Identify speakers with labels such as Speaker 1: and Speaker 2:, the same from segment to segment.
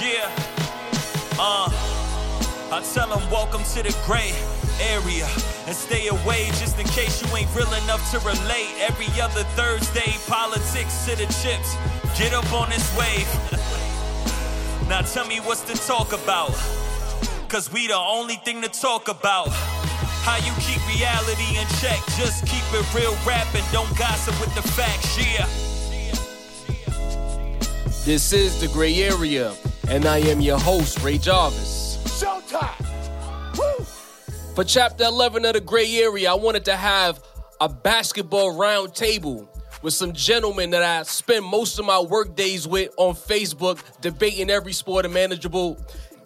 Speaker 1: Yeah. Uh, I tell them welcome to the gray area and stay away just in case you ain't real enough to relate. Every other Thursday, politics to the chips. Get up on this wave. now tell me what's to talk about. Cause we the only thing to talk about. How you keep reality in check. Just keep it real rap and don't gossip with the facts. Yeah.
Speaker 2: This is The Gray Area, and I am your host, Ray Jarvis.
Speaker 3: Showtime! Woo!
Speaker 2: For chapter 11 of The Gray Area, I wanted to have a basketball round table with some gentlemen that I spend most of my work days with on Facebook, debating every sport imaginable,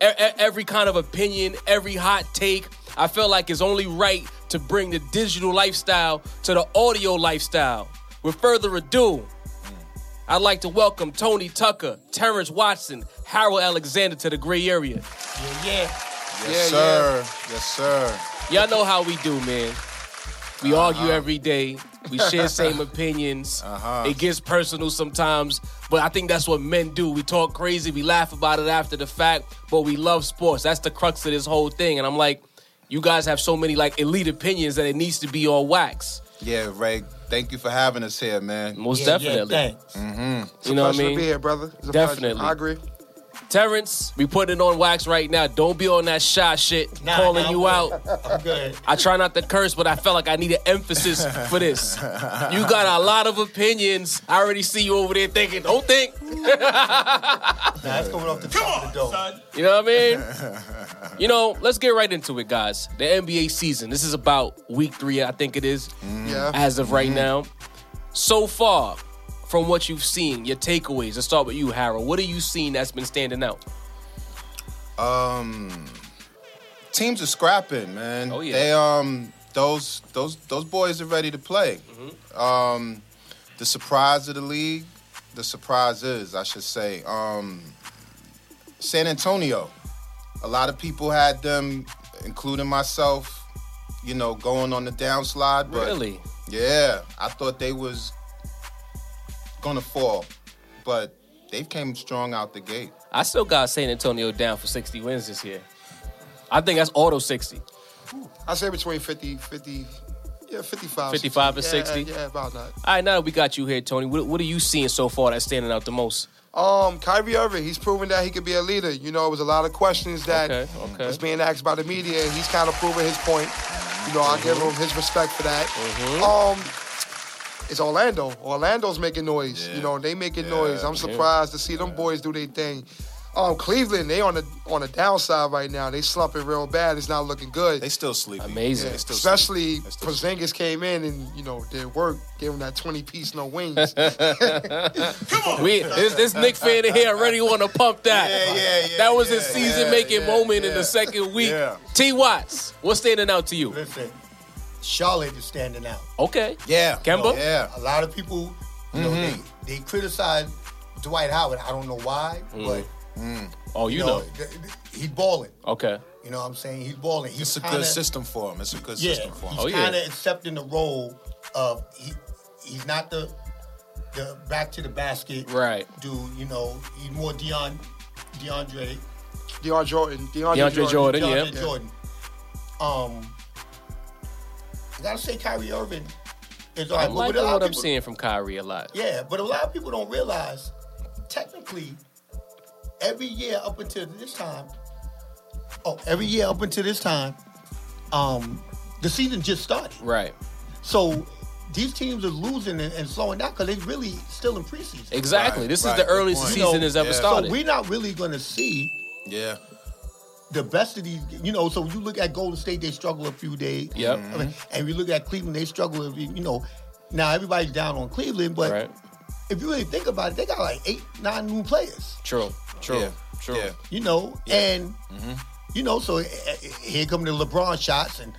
Speaker 2: e- e- every kind of opinion, every hot take. I feel like it's only right to bring the digital lifestyle to the audio lifestyle. With further ado, I'd like to welcome Tony Tucker, Terrence Watson, Harold Alexander to the gray area.
Speaker 4: Yes,
Speaker 2: Yeah,
Speaker 4: sir. Yes, sir.
Speaker 2: Y'all know how we do, man. We
Speaker 5: Uh-huh.
Speaker 2: argue every day. We share same opinions.
Speaker 4: Uh-huh.
Speaker 2: It gets personal sometimes, but I think that's what men do. We talk crazy, we laugh about it after the fact, but we love sports. That's the crux of this whole thing. And I'm like, you guys have so many like elite opinions that it needs to be on wax.
Speaker 4: Yeah, Ray. Thank you for having us here, man.
Speaker 2: Most definitely.
Speaker 3: It's
Speaker 2: you
Speaker 3: a
Speaker 2: know what I
Speaker 3: pleasure
Speaker 2: mean?
Speaker 3: to be here, brother. It's a
Speaker 2: Definitely.
Speaker 3: Pleasure. I agree.
Speaker 2: Terrence, we putting it on wax right now. Don't be on that shy shit,
Speaker 5: Nah,
Speaker 2: calling
Speaker 5: nah,
Speaker 2: you
Speaker 5: I'm
Speaker 2: out.
Speaker 5: I'm good.
Speaker 2: I try not to curse, but I felt like I needed emphasis for this. You got a lot of opinions. I already see you over there thinking, don't think.
Speaker 5: Nah, that's going off the top of the dome.
Speaker 2: You know what I mean? You know, let's get right into it, guys. The NBA season. This is about week three, I think it is,
Speaker 4: Mm-hmm.
Speaker 3: Yeah.
Speaker 2: as of right now. So far, from what you've seen, your takeaways. Let's start with you, Harold. What have you seen that's been standing out?
Speaker 4: Um, Teams are scrapping, man.
Speaker 2: Oh, yeah.
Speaker 4: They um those those those boys are ready to play.
Speaker 2: Mm-hmm.
Speaker 4: Um, the surprise of the league, the surprise is, I should say, um, San Antonio. A lot of people had them, including myself, you know, going on the downslide. But
Speaker 2: Really?
Speaker 4: Yeah, I thought they was gonna fall, but they came strong out the gate.
Speaker 2: I still got San Antonio down for 60 wins this year. I think that's auto 60.
Speaker 3: I say between 50, 50, yeah, 55.
Speaker 2: 55 and
Speaker 3: yeah,
Speaker 2: 60.
Speaker 3: Yeah, about that.
Speaker 2: All right, now that we got you here, Tony, what, what are you seeing so far that's standing out the most?
Speaker 3: Um, Kyrie Irving, he's proven that he could be a leader. You know, it was a lot of questions that
Speaker 2: Okay, okay.
Speaker 3: was being asked by the media, and he's kind of proven his point. You know, I give him his respect for that.
Speaker 2: Mm-hmm.
Speaker 3: Um, it's Orlando. Orlando's making noise. You know, they making noise. I'm surprised to see them boys do their thing. Um, Cleveland, they on the on the downside right now. They slumping real bad. It's not looking good.
Speaker 4: They still sleepy.
Speaker 2: Amazing.
Speaker 4: They still sleepy.
Speaker 3: Especially
Speaker 4: still
Speaker 3: Porzingis came in and you know did work, gave him that twenty piece, no wings.
Speaker 2: We, this, this Nick fan in here already want to pump that.
Speaker 4: Yeah, yeah, yeah,
Speaker 2: That was his
Speaker 4: yeah,
Speaker 2: season
Speaker 4: yeah,
Speaker 2: making
Speaker 4: yeah,
Speaker 2: moment in
Speaker 4: yeah.
Speaker 2: the second week.
Speaker 4: Yeah.
Speaker 2: T Watts, what's standing out to you?
Speaker 5: Listen, Charlotte is standing out.
Speaker 2: Okay.
Speaker 4: Yeah. Oh,
Speaker 2: Kemba?
Speaker 4: Yeah.
Speaker 5: A lot of people, you know,
Speaker 2: Mm-hmm.
Speaker 5: they, they criticize Dwight Howard. I don't know why, but
Speaker 2: Oh, you Mm. know.
Speaker 5: th- th- he's balling.
Speaker 2: Okay.
Speaker 5: You know what I'm saying? He's balling. He's
Speaker 4: It's a
Speaker 5: kinda-
Speaker 4: good system for him. It's a good
Speaker 5: Yeah, he's
Speaker 4: system for him.
Speaker 2: Oh, yeah.
Speaker 5: kind of accepting the role of he, he's not the the back to the basket
Speaker 2: Right.
Speaker 5: dude. You know, he's more Deion, DeAndre,
Speaker 3: DeAndre Jordan, DeAndre,
Speaker 2: DeAndre Jordan. But,
Speaker 5: DeAndre
Speaker 2: yeah.
Speaker 5: Jordan. Um, I gotta say Kyrie Irving is all
Speaker 2: I
Speaker 5: right.
Speaker 2: like
Speaker 5: a lot
Speaker 2: what
Speaker 5: of
Speaker 2: I'm
Speaker 5: people-
Speaker 2: seeing from Kyrie a lot.
Speaker 5: Yeah, but a lot of people don't realize, technically, every year up until this time, oh, every year up until this time, um, the season just started.
Speaker 2: Right.
Speaker 5: So these teams are losing and, and slowing down because they really still in preseason.
Speaker 2: Exactly.
Speaker 4: Right,
Speaker 2: this
Speaker 4: right,
Speaker 2: is the
Speaker 4: good
Speaker 2: earliest the
Speaker 4: point.
Speaker 2: season
Speaker 5: No,
Speaker 2: has ever
Speaker 4: yeah. So
Speaker 2: started.
Speaker 5: So we're not really going to see
Speaker 4: Yeah.
Speaker 5: the best of these. You know, so you look at Golden State, they struggle a few days.
Speaker 2: Yep.
Speaker 5: I mean, and you look at Cleveland, they struggle. a few- You know, now everybody's down on Cleveland, but
Speaker 2: right.
Speaker 5: if you really think about it, they got like eight, nine new players.
Speaker 2: True. True.
Speaker 4: Yeah.
Speaker 2: True.
Speaker 4: Yeah.
Speaker 5: you know, and
Speaker 2: Mm-hmm.
Speaker 5: you know, so eh, eh, here come the LeBron shots, and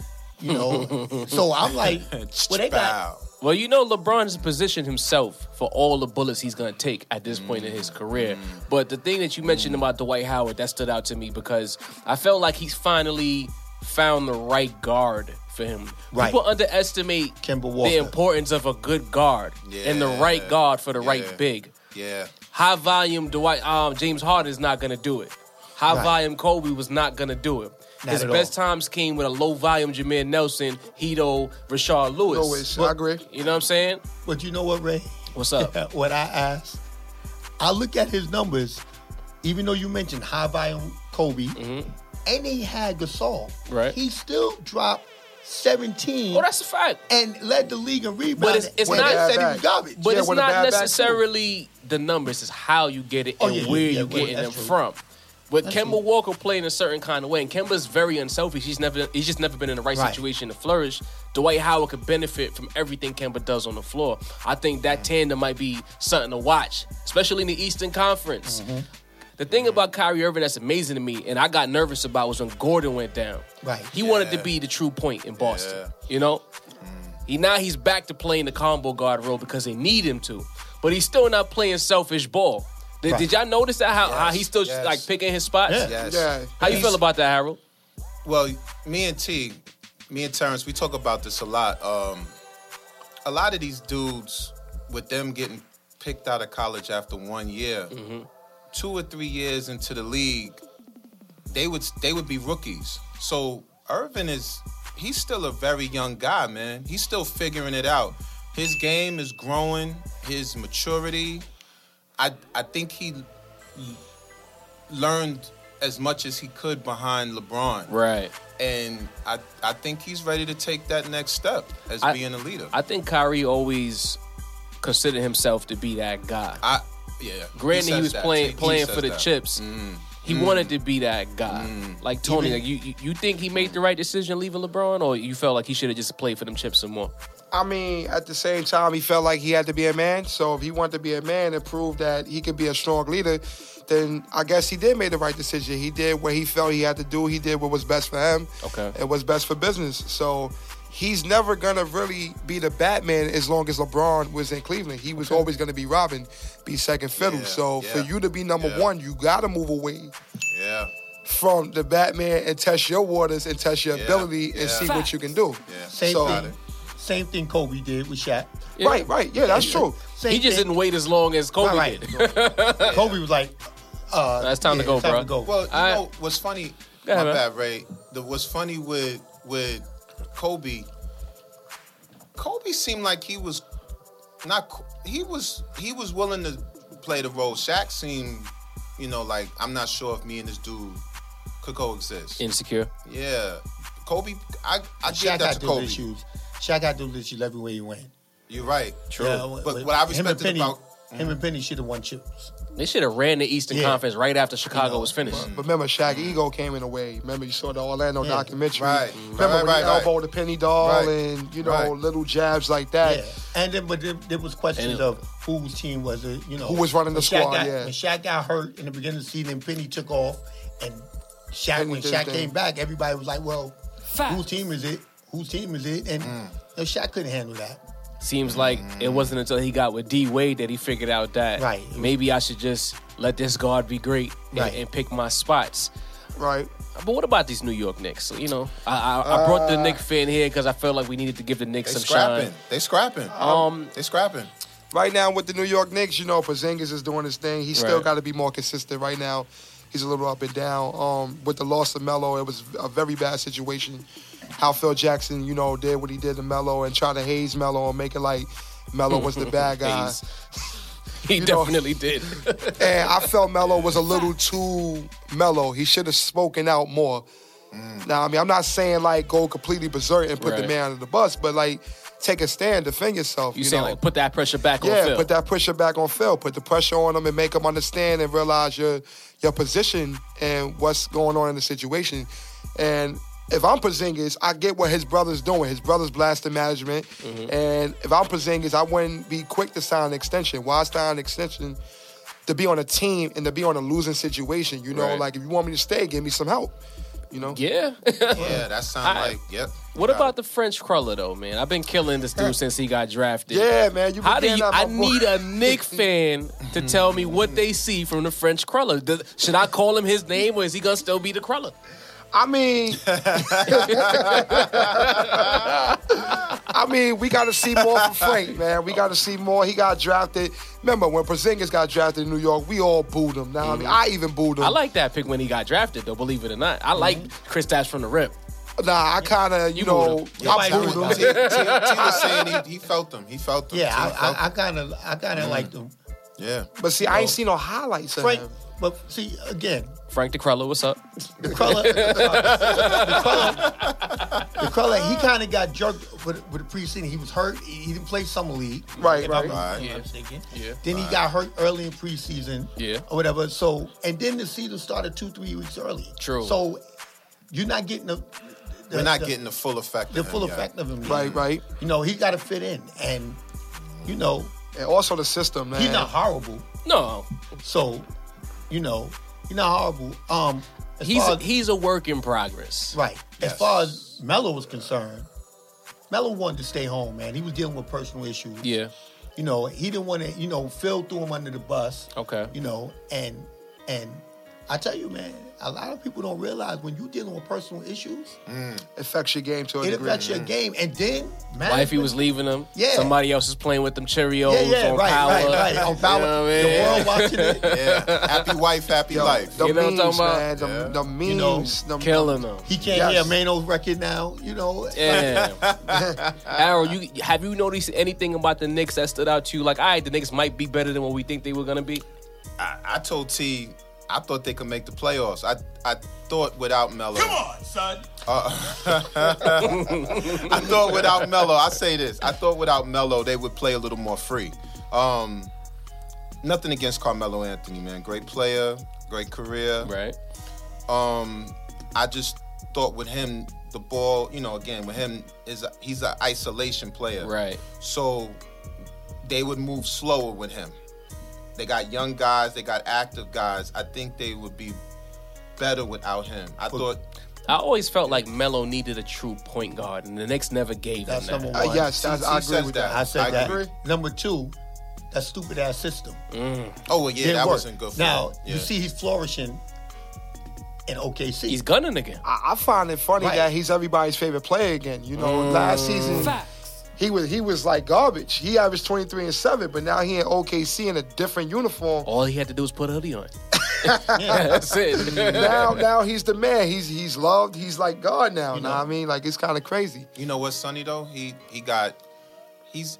Speaker 5: you know, so I'm like, well, they got,
Speaker 4: Bow.
Speaker 2: Well, you know, LeBron has positioned himself for all the bullets he's going to take at this point in his
Speaker 5: Mm.
Speaker 2: career. But the thing that you mentioned about Dwight Howard, that stood out to me because I felt like he's finally found the right guard for him.
Speaker 5: Right.
Speaker 2: People underestimate
Speaker 5: Kemba
Speaker 2: the
Speaker 5: Walker.
Speaker 2: importance of a good guard and the
Speaker 4: Yeah.
Speaker 2: right guard for the right
Speaker 4: Yeah.
Speaker 2: big.
Speaker 4: Yeah.
Speaker 2: High volume Dwight um, James Harden is not gonna do it. High
Speaker 5: Right.
Speaker 2: volume Kobe was not gonna do it.
Speaker 5: Not
Speaker 2: His
Speaker 5: at
Speaker 2: best
Speaker 5: all.
Speaker 2: times came with a low volume Jameer Nelson, Hito, Rashard Lewis.
Speaker 3: Lewis, I agree.
Speaker 2: You know what I'm saying?
Speaker 5: But you know what, Ray?
Speaker 2: What's up?
Speaker 5: what I asked, I look at his numbers, even though you mentioned high volume Kobe, and he had Gasol.
Speaker 2: Mm-hmm. Right.
Speaker 5: He still dropped 17
Speaker 2: Oh, that's a fact.
Speaker 5: and led the league in rebounds.
Speaker 2: But it's- it's
Speaker 5: when
Speaker 2: not-
Speaker 5: they said he
Speaker 3: Bad
Speaker 5: was
Speaker 3: back.
Speaker 5: garbage.
Speaker 2: But
Speaker 3: Yeah,
Speaker 2: it's
Speaker 3: with a
Speaker 2: not
Speaker 3: bad back, too.
Speaker 2: necessarily the numbers, it's how you get it
Speaker 5: Oh,
Speaker 2: and
Speaker 5: yeah, yeah,
Speaker 2: where
Speaker 5: yeah,
Speaker 2: you're
Speaker 5: well,
Speaker 2: getting them
Speaker 5: that's true.
Speaker 2: from. But
Speaker 5: That's
Speaker 2: Kemba
Speaker 5: true.
Speaker 2: Walker played in a certain kind of way, and Kemba's very unselfish. He's never he's just never been in the right,
Speaker 5: Right.
Speaker 2: situation to flourish. Dwight Howard could benefit from everything Kemba does on the floor. I think that tandem might be something to watch, especially in the Eastern Conference.
Speaker 5: Mm-hmm.
Speaker 2: The thing about Kyrie Irving that's amazing to me, and I got nervous about, was when Gordon went down.
Speaker 5: Right.
Speaker 2: He wanted to be the true point in Boston. You know, he now he's back to playing the combo guard role because they need him to, but he's still not playing selfish ball. Did, did y'all notice that how, how he's still
Speaker 4: yes.
Speaker 2: like picking his spots?
Speaker 5: Yeah.
Speaker 4: Yes.
Speaker 3: Yeah.
Speaker 2: How you
Speaker 4: He's-
Speaker 2: feel about that, Harold?
Speaker 4: Well, me and T, me and Terrence, we talk about this a lot. Um, a lot of these dudes, with them getting picked out of college after one year, two or three years into the league, they would they would be rookies. So Irvin is he's still a very young guy, man. He's still figuring it out. His game is growing. His maturity. I I think he learned as much as he could behind LeBron
Speaker 2: Right.
Speaker 4: and I, I think he's ready to take that next step as
Speaker 2: I-
Speaker 4: being a leader. I,
Speaker 2: I think Kyrie always considered himself to be that guy.
Speaker 4: yeah.
Speaker 2: Granted, he,
Speaker 4: says
Speaker 2: was
Speaker 4: that.
Speaker 2: playing
Speaker 4: He- he
Speaker 2: playing
Speaker 4: says
Speaker 2: for the
Speaker 4: that. Mm.
Speaker 2: chips. He wanted to be that guy, like Tony. Like you, you, you think he made the right decision leaving LeBron, or you felt like he should have just played for them chips some more?
Speaker 3: I mean, at the same time, he felt like he had to be a man. So if he wanted to be a man and prove that he could be a strong leader, then I guess he did make the right decision. He did what he felt he had to do. He did what was best for him.
Speaker 2: Okay.
Speaker 3: And what's best for business. So he's never gonna really be the Batman as long as LeBron was in Cleveland. He was always gonna be Robin, be second fiddle.
Speaker 4: Yeah,
Speaker 3: so for
Speaker 4: yeah,
Speaker 3: you to be number
Speaker 4: yeah.
Speaker 3: one, you gotta move away
Speaker 4: Yeah,
Speaker 3: from the Batman and test your waters and test your
Speaker 4: Yeah,
Speaker 3: ability
Speaker 4: yeah.
Speaker 3: and see what you can do.
Speaker 4: yeah.
Speaker 5: Same
Speaker 3: So-
Speaker 5: thing. Same thing Kobe did with Shaq.
Speaker 3: Right, right. Yeah, that's true.
Speaker 5: Same
Speaker 2: He just
Speaker 5: thing.
Speaker 2: didn't wait as long as Kobe
Speaker 5: All right.
Speaker 2: did.
Speaker 5: Kobe was like, uh,
Speaker 2: That's time to
Speaker 5: yeah,
Speaker 2: go,
Speaker 5: it's time
Speaker 2: bro.
Speaker 5: to go.
Speaker 4: Well, you
Speaker 2: I-
Speaker 4: know what's funny?
Speaker 2: Go ahead,
Speaker 4: my
Speaker 2: man.
Speaker 4: bad, Ray. The, what's funny with with Kobe? Kobe seemed like he was not. co- He was he was willing to play the role. Shaq seemed, you know, like I'm not sure if me and this dude could coexist.
Speaker 2: Insecure.
Speaker 4: yeah, Kobe. I I give
Speaker 5: Shaq
Speaker 4: that
Speaker 5: got
Speaker 4: to
Speaker 5: those
Speaker 4: Kobe.
Speaker 5: issues. Shaq got those issues every way he went.
Speaker 4: You're right.
Speaker 2: True.
Speaker 5: Yeah, w-
Speaker 4: But
Speaker 5: w-
Speaker 4: what I
Speaker 5: him and
Speaker 4: respected
Speaker 5: Penny,
Speaker 4: about-
Speaker 5: him and Penny should have won chips.
Speaker 2: They should have ran the Eastern
Speaker 5: Yeah.
Speaker 2: Conference right after Chicago was finished.
Speaker 3: But remember, Shaq ego came in the way. Remember, you saw the Orlando
Speaker 5: Yeah.
Speaker 3: documentary.
Speaker 4: Right.
Speaker 3: Remember
Speaker 4: Right,
Speaker 3: when
Speaker 4: right,
Speaker 3: he
Speaker 4: right.
Speaker 3: elbowed the penny doll
Speaker 4: Right.
Speaker 3: and you know
Speaker 4: Right.
Speaker 3: little jabs like that.
Speaker 5: Yeah, and then but there, there was questions
Speaker 2: And-
Speaker 5: of whose team was it? You know,
Speaker 3: Who was running the
Speaker 5: when Shaq
Speaker 3: squad,
Speaker 5: Got,
Speaker 3: yeah.
Speaker 5: When Shaq got hurt in the beginning of the season, and Penny took off, and Shaq
Speaker 3: Penny
Speaker 5: when
Speaker 3: did
Speaker 5: Shaq
Speaker 3: his
Speaker 5: came
Speaker 3: thing.
Speaker 5: back, everybody was like, "Well, whose team is it? Whose team is it?" And no, Shaq couldn't handle that.
Speaker 2: Seems like it wasn't until he got with D Wade that he figured out that
Speaker 5: Right.
Speaker 2: maybe I should just let this guard be great and,
Speaker 5: Right.
Speaker 2: and pick my spots.
Speaker 3: Right.
Speaker 2: But what about these New York Knicks? You know, I, I, I brought
Speaker 3: Uh,
Speaker 2: the Knicks fan here because I felt like we needed to give the Knicks
Speaker 4: They
Speaker 2: some
Speaker 4: scrapping.
Speaker 2: shine.
Speaker 4: They scrapping.
Speaker 2: Um,
Speaker 4: they scrapping.
Speaker 3: Right now with the New York Knicks, you know, Porzingis is doing his thing. He's still
Speaker 2: Right.
Speaker 3: got to be more consistent. Right now, he's a little up and down. Um, with the loss of Melo, it was a very bad situation. How Phil Jackson, you know, did what he did to Melo and try to haze Melo and make it like Melo was the bad guy.
Speaker 2: He's- he
Speaker 3: Uh, You know-
Speaker 2: definitely did.
Speaker 3: and I felt Mello was a little too mellow. He should have spoken out more. Now, I mean, I'm not saying like go completely berserk and put
Speaker 2: Mm. Right.
Speaker 3: the man under the bus, but like take a stand, defend yourself.
Speaker 2: you
Speaker 3: You,
Speaker 2: saying
Speaker 3: know?
Speaker 2: like put that pressure back on
Speaker 3: yeah,
Speaker 2: Phil?
Speaker 3: put that pressure back on Phil. Put the pressure on him and make him understand and realize your your position and what's going on in the situation. And if I'm Porzingis, I get what his brother's doing. His brother's blasting management.
Speaker 2: Mm-hmm.
Speaker 3: And if I'm Porzingis, I wouldn't be quick to sign an extension. Why sign an extension to be on a team and to be on a losing situation? You know,
Speaker 2: Right.
Speaker 3: like if you want me to stay, give me some help. You know?
Speaker 2: yeah.
Speaker 4: Yeah, that sound
Speaker 2: I-
Speaker 4: like yep.
Speaker 2: what about the French cruller though, man? I've been killing this dude since he got drafted.
Speaker 3: Yeah, man. You
Speaker 2: How do
Speaker 3: began
Speaker 2: you?
Speaker 3: out my
Speaker 2: I
Speaker 3: boy.
Speaker 2: need a Nick fan to tell me what they see from the French cruller. Does- should I call him his name, or is he gonna still be the cruller?
Speaker 3: I mean, I mean, we got to see more from Frank, man. We got to see more. He got drafted. Remember when Porzingis got drafted in New York? We all booed him. Now I mean, I even booed him.
Speaker 2: I like that pick when he got drafted, though. Believe it or not, I like
Speaker 5: Mm-hmm.
Speaker 2: Chris Dash from the rip.
Speaker 3: Nah, I kind of, you,
Speaker 2: You
Speaker 3: know,
Speaker 2: booed
Speaker 3: I booed
Speaker 5: Nobody booed
Speaker 3: him.
Speaker 5: him.
Speaker 4: T- T- Tina's saying he, he felt them. He felt them.
Speaker 5: Yeah,
Speaker 4: Tina felt
Speaker 5: I, I, I
Speaker 4: them.
Speaker 5: kind of, I kind of like them.
Speaker 4: yeah.
Speaker 3: But see, I ain't seen no highlights of
Speaker 5: Frank,
Speaker 3: him.
Speaker 5: but see again,
Speaker 2: Frank DeCrello, what's up?
Speaker 5: the color, the color, the color. He kind of got jerked with, with the preseason. He was hurt. He, he didn't play summer league.
Speaker 3: Right,
Speaker 5: if I'm-
Speaker 4: right.
Speaker 5: if
Speaker 2: Yeah.
Speaker 5: I'm mistaken.
Speaker 2: Yeah.
Speaker 5: Then he got hurt early in preseason.
Speaker 2: Yeah.
Speaker 5: Or whatever. So and then the season started two, three weeks early.
Speaker 2: True.
Speaker 5: So you're not getting the. the
Speaker 4: We're not getting the full effect.
Speaker 5: the
Speaker 4: of him
Speaker 5: full
Speaker 4: yet.
Speaker 5: effect of him. yet.
Speaker 3: Right, right.
Speaker 5: You know, he got to fit in, and you know,
Speaker 3: And also the system, man.
Speaker 5: he's not horrible.
Speaker 2: No,
Speaker 5: So, you know, he's not horrible. Um, as
Speaker 2: he's
Speaker 5: far
Speaker 2: a,
Speaker 5: as,
Speaker 2: he's a work in progress.
Speaker 5: right.
Speaker 4: Yes.
Speaker 5: As far as Melo was concerned, Melo wanted to stay home, man. He was dealing with personal issues.
Speaker 2: Yeah.
Speaker 5: You know, he didn't want to. You know, Phil threw him under the bus.
Speaker 2: Okay.
Speaker 5: You know, and and I tell you, man, a lot of people don't realize when you're dealing with personal issues,
Speaker 3: affects your game to a
Speaker 5: it
Speaker 3: degree.
Speaker 5: affects your game, and then man,
Speaker 2: Wifey was leaving him.
Speaker 5: Yeah.
Speaker 2: Somebody else is playing with them Cheerios
Speaker 5: Yeah, yeah,
Speaker 2: on
Speaker 5: right,
Speaker 2: power.
Speaker 5: right, right. On power.
Speaker 2: You know what I
Speaker 5: the
Speaker 2: mean?
Speaker 5: world watching it.
Speaker 4: Yeah. Happy wife, happy
Speaker 3: Yo,
Speaker 4: life.
Speaker 3: The
Speaker 2: You know what I'm
Speaker 3: memes,
Speaker 2: talking about?
Speaker 3: man. The,
Speaker 4: Yeah.
Speaker 3: the memes. the,
Speaker 5: know,
Speaker 2: Killing them.
Speaker 5: He can't
Speaker 3: Yes.
Speaker 5: hear Mano's record now, you know.
Speaker 2: Damn. Harold, you have you noticed anything about the Knicks that stood out to you? Like, all right, the Knicks might be better than what we think they were gonna be.
Speaker 4: I, I told T, I thought they could make the playoffs. I I thought without Melo. Uh,
Speaker 1: Come on, son.
Speaker 4: I thought without Melo, I say this. I thought without Melo, they would play a little more free. Um, nothing against Carmelo Anthony, man. Great player, great career.
Speaker 2: Right.
Speaker 4: Um, I just thought with him, the ball, you know, again with him is a, he's an isolation player.
Speaker 2: Right.
Speaker 4: So they would move slower with him. They got young guys, they got active guys. I think they would be better without him. I thought
Speaker 2: I always felt like Melo needed a true point guard, and the Knicks never gave
Speaker 5: That's
Speaker 2: him that.
Speaker 5: number one.
Speaker 3: Uh, yes, I,
Speaker 4: Since
Speaker 3: I
Speaker 4: he
Speaker 3: agree
Speaker 4: says
Speaker 3: with
Speaker 4: that.
Speaker 3: that.
Speaker 5: I said
Speaker 4: I
Speaker 5: that.
Speaker 4: agree.
Speaker 5: Number two, that stupid ass system.
Speaker 4: Oh well, yeah,
Speaker 5: Didn't
Speaker 4: that
Speaker 5: work.
Speaker 4: wasn't good for
Speaker 5: now
Speaker 4: him. Yeah.
Speaker 5: you see he's flourishing in OKC.
Speaker 2: He's gunning again.
Speaker 3: I, I find it funny
Speaker 5: Right.
Speaker 3: that he's everybody's favorite player again. You know, last season he was he was like garbage. He averaged 23 and 7, but now he in OKC in a different uniform.
Speaker 2: All he had to do was put a hoodie on.
Speaker 5: yeah.
Speaker 2: That's it.
Speaker 3: Now now he's the man. He's he's loved. He's like God now. You know what I mean? Like it's kind of crazy.
Speaker 4: You know what, Sonny though? He he got he's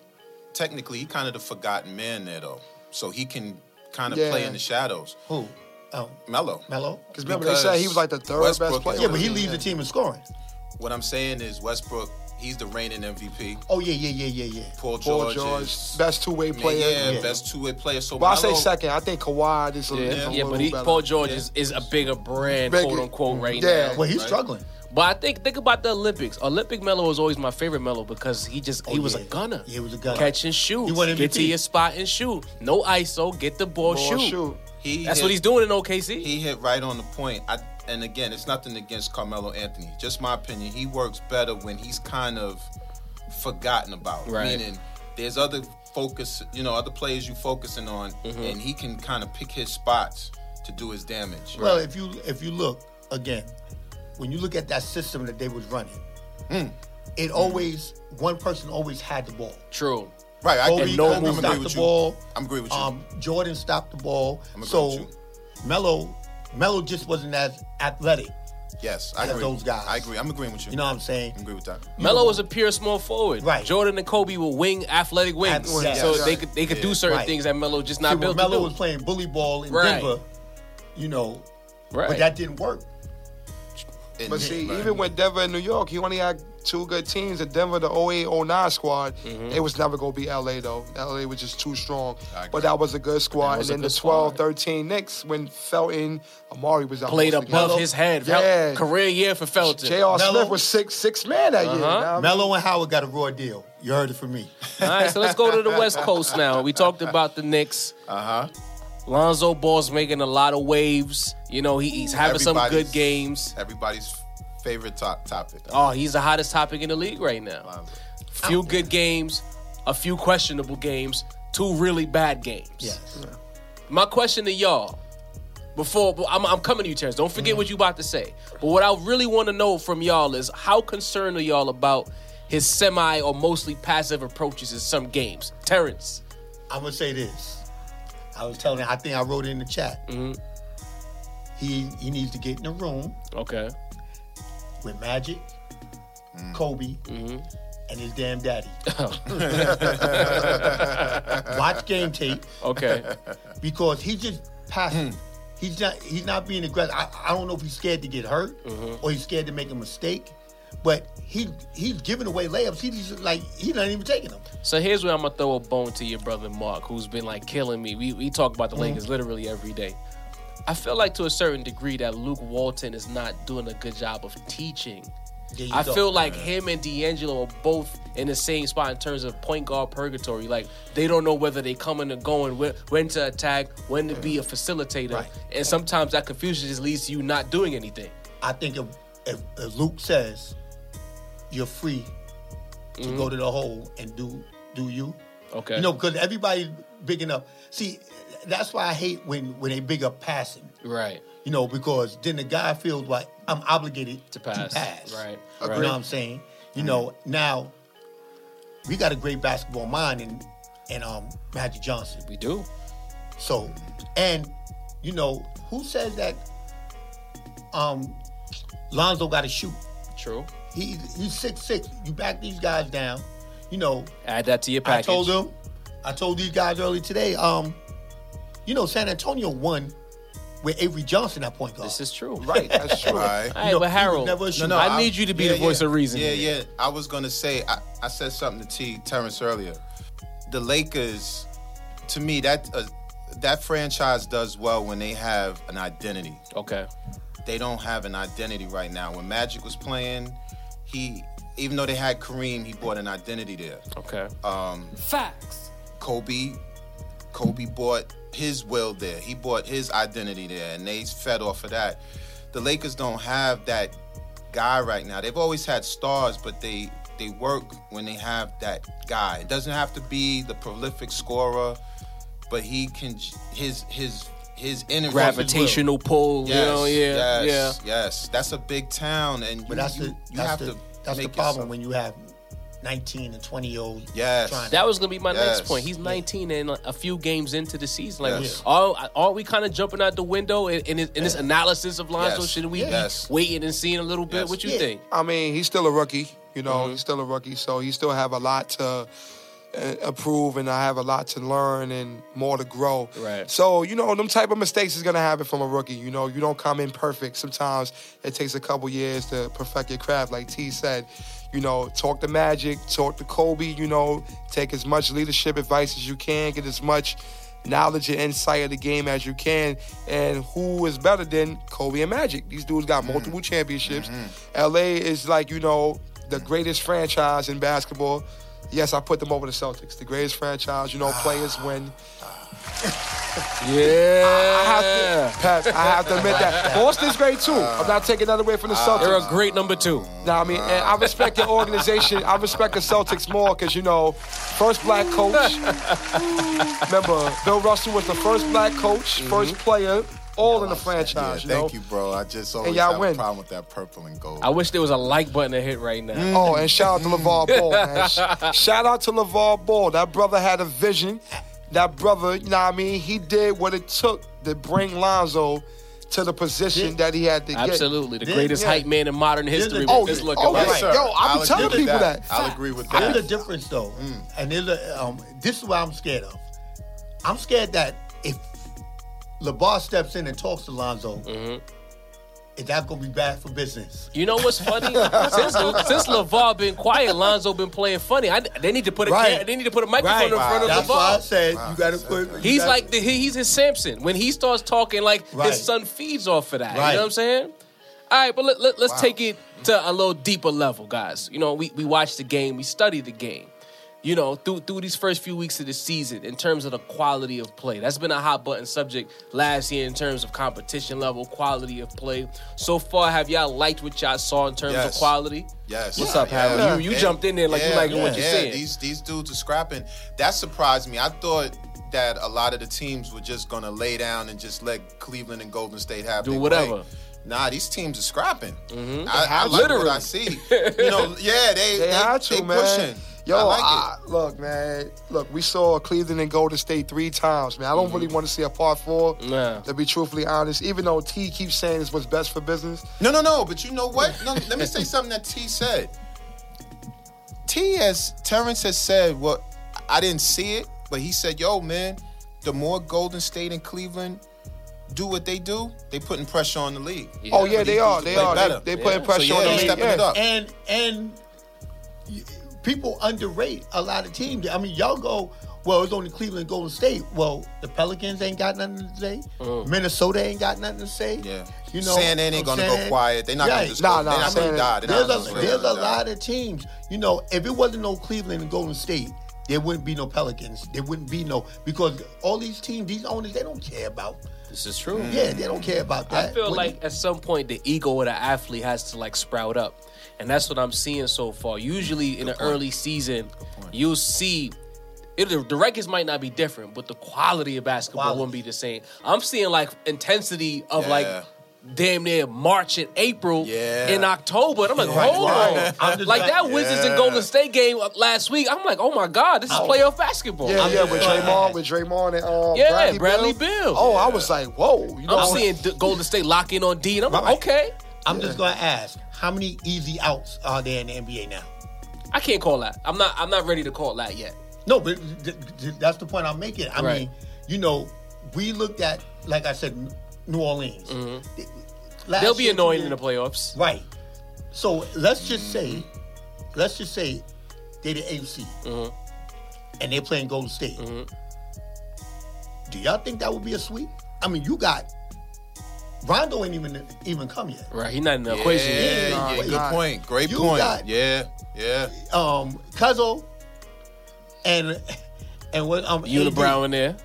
Speaker 4: technically he kind of the forgotten man there though. So he can kind of
Speaker 3: Yeah.
Speaker 4: play in the shadows.
Speaker 5: Who? Um,
Speaker 4: Mello.
Speaker 5: Mello.
Speaker 3: Because remember they said he was like the third best
Speaker 4: Westbrook-
Speaker 3: player.
Speaker 5: Yeah, but he leads the team in scoring.
Speaker 4: What I'm saying is Westbrook, he's the reigning MVP.
Speaker 5: Oh yeah, yeah, yeah, yeah, yeah.
Speaker 4: Paul George,
Speaker 3: Paul George,
Speaker 4: is
Speaker 3: best two-way
Speaker 4: man,
Speaker 3: player.
Speaker 4: Yeah,
Speaker 5: Yeah.
Speaker 4: best two way player. So
Speaker 3: Well, I say
Speaker 4: Melo-
Speaker 3: second. I think Kawhi is a, is a
Speaker 2: Yeah,
Speaker 3: little
Speaker 2: but he,
Speaker 3: better.
Speaker 2: Paul George is, is a bigger brand,
Speaker 3: Bigger.
Speaker 2: quote unquote, right
Speaker 3: Yeah.
Speaker 2: now.
Speaker 5: Well, he's
Speaker 4: Right.
Speaker 5: struggling.
Speaker 2: But I think think about the Olympics. Olympic Melo was always my favorite Melo because he just he
Speaker 5: Oh,
Speaker 2: was
Speaker 5: yeah.
Speaker 2: a gunner.
Speaker 5: Yeah, he was a gunner.
Speaker 2: Catch and shoot.
Speaker 5: He won
Speaker 2: Get to
Speaker 5: MVP.
Speaker 2: your spot and shoot. No ISO. Get the ball,
Speaker 3: Ball,
Speaker 2: shoot.
Speaker 3: shoot.
Speaker 4: He
Speaker 2: That's
Speaker 4: hit-
Speaker 2: what he's doing in OKC.
Speaker 4: He hit right on the point. I and again, it's nothing against Carmelo Anthony. Just my opinion. He works better when he's kind of forgotten about.
Speaker 2: Right.
Speaker 4: Meaning there's other focus, you know, other players you focusing on,
Speaker 5: Mm-hmm.
Speaker 4: and he can kind of pick his spots to do his damage.
Speaker 5: Well, if you if you look again, when you look at that system that they was running,
Speaker 4: Hmm.
Speaker 5: it always one person always had the ball.
Speaker 2: True.
Speaker 4: Right. I,
Speaker 5: Kobe,
Speaker 4: and
Speaker 5: Kobe
Speaker 4: I'm agree
Speaker 5: stopped
Speaker 4: with
Speaker 5: the
Speaker 4: you.
Speaker 5: ball.
Speaker 4: I'm agree with you.
Speaker 5: Um, Jordan stopped the ball.
Speaker 4: agree
Speaker 5: So
Speaker 4: with
Speaker 5: Melo, Melo just wasn't as athletic.
Speaker 4: yes, I
Speaker 5: as
Speaker 4: agree.
Speaker 5: those guys.
Speaker 4: I agree. I'm agreeing with you.
Speaker 5: You know what I'm saying?
Speaker 4: I agree with that.
Speaker 2: Melo was a pure small forward.
Speaker 5: Right.
Speaker 2: Jordan and Kobe were wing athletic wings.
Speaker 5: Athletic,
Speaker 2: So
Speaker 3: yes.
Speaker 2: they could they could do
Speaker 4: Yeah.
Speaker 2: certain
Speaker 5: Right.
Speaker 2: things that Melo just
Speaker 5: See,
Speaker 2: not
Speaker 5: when
Speaker 2: built
Speaker 5: Melo
Speaker 2: to
Speaker 5: was
Speaker 2: do.
Speaker 5: playing bully ball in
Speaker 2: Right.
Speaker 5: Denver, you know,
Speaker 2: Right.
Speaker 5: but that didn't work.
Speaker 4: And-
Speaker 3: But see,
Speaker 4: right.
Speaker 3: even with Denver and New York, he only had two good teams. The Denver, the 08, 09 squad,
Speaker 2: Mm-hmm.
Speaker 3: it was never going to be LA, though. LA was just too strong.
Speaker 4: I agree.
Speaker 3: But that was a good
Speaker 2: That
Speaker 3: squad. And
Speaker 2: was a
Speaker 3: then the
Speaker 2: good
Speaker 3: 12,
Speaker 2: squad.
Speaker 3: 13 Knicks, when Felton, Amari was out.
Speaker 2: Played
Speaker 3: most of the
Speaker 2: above
Speaker 3: game.
Speaker 2: his head.
Speaker 3: Yeah.
Speaker 2: Career year for Felton.
Speaker 3: J.R.
Speaker 5: Melo.
Speaker 3: Smith was six six man that year.
Speaker 2: Uh-huh.
Speaker 3: Now, I mean,
Speaker 5: Melo and Howard got a raw deal. You heard it from me.
Speaker 2: All right, so let's go to the West Coast now. We talked about the Knicks. Uh huh. Lonzo Ball's making a lot of waves. You know, he, he's having some good
Speaker 4: Everybody's-
Speaker 2: games.
Speaker 4: everybody's favorite top topic.
Speaker 2: Oh, he's the hottest topic in the league right
Speaker 5: Oh.
Speaker 2: now. Few good games, a few questionable games, two really bad games.
Speaker 5: Yes.
Speaker 2: My question to y'all before I'm, I'm coming to you, Terrence. Don't forget what you about to say. But what I really want to know from y'all is how concerned are y'all about his semi or mostly passive approaches in some games. Terrence.
Speaker 5: I'm gonna say this. I was telling. I think I wrote it in the chat.
Speaker 2: Mm-hmm.
Speaker 5: He he needs to get in the room
Speaker 2: Okay.
Speaker 5: with Magic, Kobe,
Speaker 2: Mm-hmm.
Speaker 5: and his damn daddy.
Speaker 2: Oh.
Speaker 5: Watch game tape
Speaker 2: Okay.
Speaker 5: because he just passive. He's not he's not being aggressive. I, I don't know if he's scared to get hurt or he's scared to make a mistake, but he he's giving away layups. He's just like he's not even taking them.
Speaker 2: So here's where I'm gonna throw a bone to your brother Mark, who's been like killing me. We we talk about the
Speaker 5: Mm.
Speaker 2: Lakers literally every day. I feel like to a certain degree that Luke Walton is not doing a good job of teaching.
Speaker 5: There you
Speaker 2: I
Speaker 5: go.
Speaker 2: feel like him and D'Angelo are both in the same spot in terms of point guard purgatory. Like they don't know whether they coming or going, when, when to attack, when to be a facilitator,
Speaker 5: Right.
Speaker 2: and sometimes that confusion just leads to you not doing anything.
Speaker 5: I think if, if, if Luke says you're free to go to the hole and do do you,
Speaker 2: Okay.
Speaker 5: you know, because everybody bigging up. See, that's why I hate when when they big up passing,
Speaker 2: Right.
Speaker 5: you know, because then the guy feels like I'm obligated
Speaker 2: To pass. Right.
Speaker 5: You
Speaker 2: Right.
Speaker 5: know what I'm saying? You know, now we got a great basketball mind in and um Magic Johnson.
Speaker 2: We do.
Speaker 5: So, and you know, who says that um Lonzo got to shoot?
Speaker 2: True.
Speaker 5: He he's six six. You back these guys down. You know,
Speaker 2: Add that to your package.
Speaker 5: I told them, I told these guys earlier today. Um, you know, San Antonio won with Avery Johnson at point guard.
Speaker 2: This is true.
Speaker 3: Right, that's true.
Speaker 4: Right.
Speaker 2: All right,
Speaker 5: know,
Speaker 2: but
Speaker 5: he was
Speaker 2: Harold,
Speaker 5: never a shooter.
Speaker 2: no, I, need you to be
Speaker 4: yeah,
Speaker 2: the voice
Speaker 4: yeah.
Speaker 2: of reason.
Speaker 4: Yeah,
Speaker 2: here.
Speaker 4: yeah. I was gonna say I, I said something to T Terrence earlier. The Lakers, to me, that uh, that franchise does well when they have an identity.
Speaker 2: Okay.
Speaker 4: They don't have an identity right now. When Magic was playing, he even though they had Kareem, he brought an identity there.
Speaker 2: Okay.
Speaker 4: Uh,
Speaker 6: Facts.
Speaker 4: Kobe, Kobe bought his will there. He bought his identity there, and they fed off of that. The Lakers don't have that guy right now. They've always had stars, but they they work when they have that guy. It doesn't have to be the prolific scorer, but he can j- his his his inner
Speaker 2: Gravitational pull.
Speaker 4: Yes,
Speaker 2: you know, yeah.
Speaker 4: yes, yes. That's a big town, and you,
Speaker 5: but that's
Speaker 4: you,
Speaker 5: the
Speaker 4: you
Speaker 5: that's
Speaker 4: have
Speaker 5: the
Speaker 4: to
Speaker 5: that's the
Speaker 4: make
Speaker 5: problem
Speaker 4: yourself-
Speaker 5: when you have 19 and 20 year olds.
Speaker 4: Yes.
Speaker 5: trying
Speaker 2: yeah.
Speaker 5: to-
Speaker 2: That was gonna be my next
Speaker 4: Yes.
Speaker 2: point. He's 19 and a few games into the season. Like,
Speaker 4: Yes.
Speaker 2: are are we kind of jumping out the window in, in, his- in this analysis of Lonzo?
Speaker 4: Yes.
Speaker 2: Should we be
Speaker 4: Yes.
Speaker 2: waiting and seeing a little bit?
Speaker 4: Yes.
Speaker 2: What you
Speaker 5: Yeah.
Speaker 2: think?
Speaker 3: I mean, he's still a rookie. You know,
Speaker 2: Mm-hmm.
Speaker 3: he's still a rookie, so he still have a lot to uh, improve, and I have a lot to learn and more to grow.
Speaker 2: Right.
Speaker 3: So you know, them type of mistakes is gonna happen from a rookie. You know, you don't come in perfect. Sometimes it takes a couple years to perfect your craft, like T said. You know, talk to Magic, talk to Kobe. You know, take as much leadership advice as you can, get as much knowledge and insight of the game as you can. And who is better than Kobe and Magic? These dudes got multiple championships. LA is like, you know, the greatest franchise in basketball. Yes, I put them over the Celtics. The greatest franchise, you know, players win. I have to, Pat, I have to admit that. Boston's great too. I'm not taking that away from the Celtics.
Speaker 2: They're a great number two.
Speaker 3: Now, I mean, and I respect the organization. I respect the Celtics more because, you know, first black coach. Remember, Bill Russell was the first black coach, first player, all in the
Speaker 4: Yeah,
Speaker 3: franchise.
Speaker 4: thank
Speaker 3: you
Speaker 4: you, bro. I just always
Speaker 3: y'all
Speaker 4: have a
Speaker 3: win.
Speaker 4: problem with that purple and gold.
Speaker 2: I wish there was a like button to hit right now.
Speaker 4: Mm.
Speaker 3: know? Oh, and shout out to LeVar Ball, man. Sh- Shout out to LeVar Ball. That brother had a vision. That brother, you know what I mean? He did what it took to bring Lonzo to the position that he had to get.
Speaker 2: Absolutely, the
Speaker 5: Then-
Speaker 2: greatest
Speaker 5: yeah.
Speaker 2: hype man in modern history.
Speaker 5: oh,
Speaker 2: with this
Speaker 5: yeah.
Speaker 2: looking
Speaker 3: Oh,
Speaker 2: right.
Speaker 3: yeah. Yo, I be
Speaker 4: I'll
Speaker 3: telling
Speaker 4: agree with
Speaker 3: people that.
Speaker 4: I'll agree with
Speaker 5: There's a
Speaker 4: that.
Speaker 5: difference though,
Speaker 4: Mm.
Speaker 5: and there's a, um, this is what I'm scared of. I'm scared that if LeBar steps in and talks to Lonzo,
Speaker 2: Mm-hmm.
Speaker 5: is that gonna be bad for business?
Speaker 2: You know what's funny? since since Lavar been quiet, Lonzo been playing funny. I, they need to put a
Speaker 5: Right.
Speaker 2: cam- they need to put a microphone in front of
Speaker 5: That's why I
Speaker 2: Lavar.
Speaker 5: said you gotta put. you
Speaker 2: He's
Speaker 5: gotta-
Speaker 2: like the, he, he's his Samson. When he starts talking, like
Speaker 5: Right.
Speaker 2: his son feeds off of that. You
Speaker 5: Right.
Speaker 2: know what I'm saying? All right, but let, let, us take it to a little deeper level, guys. You know, we we watch the game, we study the game. You know, through through these first few weeks of the season, in terms of the quality of play, that's been a hot button subject last year in terms of competition level, quality of play. So far, have y'all liked what y'all saw in terms of
Speaker 4: Yes.
Speaker 2: quality?
Speaker 4: Yes.
Speaker 2: What's up, Harold?
Speaker 4: Yeah.
Speaker 2: You you
Speaker 4: Yeah.
Speaker 2: jumped in there like you
Speaker 4: Yeah,
Speaker 2: liking what you're
Speaker 4: yeah,
Speaker 2: seeing.
Speaker 4: These these dudes are scrapping. That surprised me. I thought that a lot of the teams were just gonna lay down and just let Cleveland and Golden State have
Speaker 2: Do
Speaker 4: their
Speaker 2: whatever. Mm-hmm.
Speaker 4: way. nah, these teams are scrapping. I, I like what I see. You know, yeah, they
Speaker 3: They,
Speaker 4: they,
Speaker 3: had to,
Speaker 4: they
Speaker 3: man.
Speaker 4: pushing.
Speaker 3: Yo,
Speaker 4: I like
Speaker 3: I-
Speaker 4: it.
Speaker 3: look, man. Look, we saw Cleveland and Golden State three times, man. I don't
Speaker 4: Mm-hmm.
Speaker 3: really want to see a part four.
Speaker 2: Nah.
Speaker 3: To be truthfully honest, even though T keeps saying it's what's best for business,
Speaker 4: No, no, no. But you know what? No, let me say something that T said. T has Terrence has said what I didn't see it, but he said, "Yo, man, the more Golden State and Cleveland do what they do, they putting pressure on the league.
Speaker 3: Oh yeah, they
Speaker 4: These
Speaker 3: are.
Speaker 4: dudes
Speaker 3: They
Speaker 4: play
Speaker 3: are.
Speaker 4: better.
Speaker 3: They, they putting
Speaker 2: Yeah.
Speaker 3: pressure
Speaker 4: So
Speaker 3: on
Speaker 4: yeah,
Speaker 3: the
Speaker 4: they
Speaker 3: league.
Speaker 4: stepping
Speaker 3: yeah.
Speaker 4: it up.
Speaker 5: and and y- people underrate a lot of teams. I mean, y'all go, well, it's only Cleveland, and Golden State. Well, the Pelicans ain't got nothing to say. Minnesota ain't got nothing to say.
Speaker 4: Oh. Yeah,
Speaker 5: you know,
Speaker 4: saying they ain't
Speaker 5: I'm
Speaker 4: gonna
Speaker 5: saying?
Speaker 4: go quiet. They're not
Speaker 5: Right.
Speaker 4: gonna just
Speaker 3: Nah,
Speaker 4: go,
Speaker 3: nah,
Speaker 4: they're not
Speaker 3: saying
Speaker 4: gonna die. They're not
Speaker 5: There's
Speaker 4: gonna
Speaker 5: a
Speaker 4: swear.
Speaker 5: there's a
Speaker 4: Nah.
Speaker 5: lot of teams. You know, if it wasn't no Cleveland and Golden State, there wouldn't be no Pelicans. There wouldn't be no because all these teams, these owners, they don't care about.
Speaker 2: This is true.
Speaker 5: Yeah, they don't care about
Speaker 2: I
Speaker 5: that.
Speaker 2: feel
Speaker 5: When
Speaker 2: like at some point the ego of the athlete has to like sprout up, and that's what I'm seeing so far. Usually in the early season, you'll see. It, the records might not be different, but the quality of basketball
Speaker 5: Quality.
Speaker 2: wouldn't be the same. I'm seeing like intensity of
Speaker 4: Yeah.
Speaker 2: like damn near March and April
Speaker 4: Yeah.
Speaker 2: in October. And I'm like, hold
Speaker 5: Right.
Speaker 2: on.
Speaker 5: I'm just
Speaker 2: like
Speaker 5: like-
Speaker 2: that Wizards and Golden State game last week, I'm like, oh my God, this is playoff basketball.
Speaker 3: Yeah,
Speaker 2: I'm,
Speaker 3: yeah, with
Speaker 5: Yeah.
Speaker 3: Draymond, with Draymond and um,
Speaker 2: Yeah,
Speaker 3: Bradley,
Speaker 2: Bradley Beal.
Speaker 3: Beal. Oh, I was like, whoa. You know,
Speaker 2: I'm
Speaker 3: I was-
Speaker 2: seeing D- Golden State lock in on D, and I'm like,
Speaker 5: Right.
Speaker 2: okay,
Speaker 5: I'm just gonna ask, how many easy outs are there in the NBA now?
Speaker 2: I can't call that. I'm not. I'm not ready to call that yet.
Speaker 5: No, but th- th- that's the point I'm making. I
Speaker 2: Right.
Speaker 5: mean, you know, we looked at, like I said, New Orleans. Last
Speaker 2: Mm-hmm. They'll be
Speaker 5: year,
Speaker 2: annoying
Speaker 5: two
Speaker 2: in the
Speaker 5: years-
Speaker 2: playoffs.
Speaker 5: Right. So let's just say, let's just say they the eighth seed,
Speaker 2: Mm-hmm.
Speaker 5: and they're playing Golden State. Do y'all think that would be a sweep? I mean, you got Rondo ain't even even come yet.
Speaker 2: Right, he's not in the
Speaker 4: Yeah,
Speaker 2: equation. yet.
Speaker 4: yeah,
Speaker 3: Nah,
Speaker 4: good
Speaker 3: nah.
Speaker 4: point. Great
Speaker 5: You
Speaker 4: point.
Speaker 5: got-
Speaker 4: yeah, yeah.
Speaker 5: um Cuzzo and and what um
Speaker 2: Eula
Speaker 5: AD.
Speaker 2: Brown in there.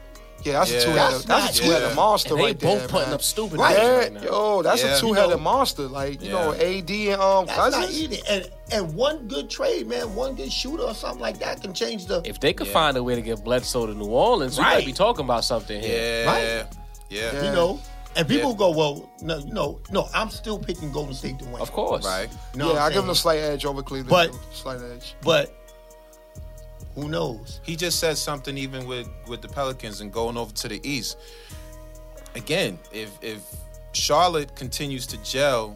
Speaker 3: yeah, that's
Speaker 4: Yeah.
Speaker 3: a two headed,
Speaker 5: That's
Speaker 3: that's a
Speaker 5: not-
Speaker 3: two headed
Speaker 4: Yeah.
Speaker 3: monster
Speaker 2: And they
Speaker 3: right
Speaker 2: both
Speaker 3: there,
Speaker 2: putting
Speaker 3: man.
Speaker 2: up stupid
Speaker 5: Right.
Speaker 2: numbers
Speaker 3: Yeah,
Speaker 2: right now.
Speaker 3: yo, that's
Speaker 4: Yeah.
Speaker 3: a two headed monster. Like you
Speaker 4: Yeah.
Speaker 3: know, AD and um,
Speaker 5: That's not
Speaker 3: Cousins.
Speaker 5: easy. And and one good trade, man, one good shooter or something like that can change the
Speaker 2: If they could find a way to get Bledsoe to New Orleans, we might
Speaker 5: Right.
Speaker 2: be talking about something here.
Speaker 4: Yeah.
Speaker 5: Right?
Speaker 4: Yeah.
Speaker 5: you know. And people go, well, no, you know, no, I'm still picking Golden State to win.
Speaker 2: Of course.
Speaker 4: Right.
Speaker 5: You know what
Speaker 3: yeah,
Speaker 5: I'm
Speaker 3: I give them a
Speaker 5: saying?
Speaker 3: slight edge over Cleveland.
Speaker 5: But-
Speaker 3: though. slight edge.
Speaker 5: But who knows?
Speaker 4: He just said something even with with the Pelicans and going over to the East. Again, if if Charlotte continues to gel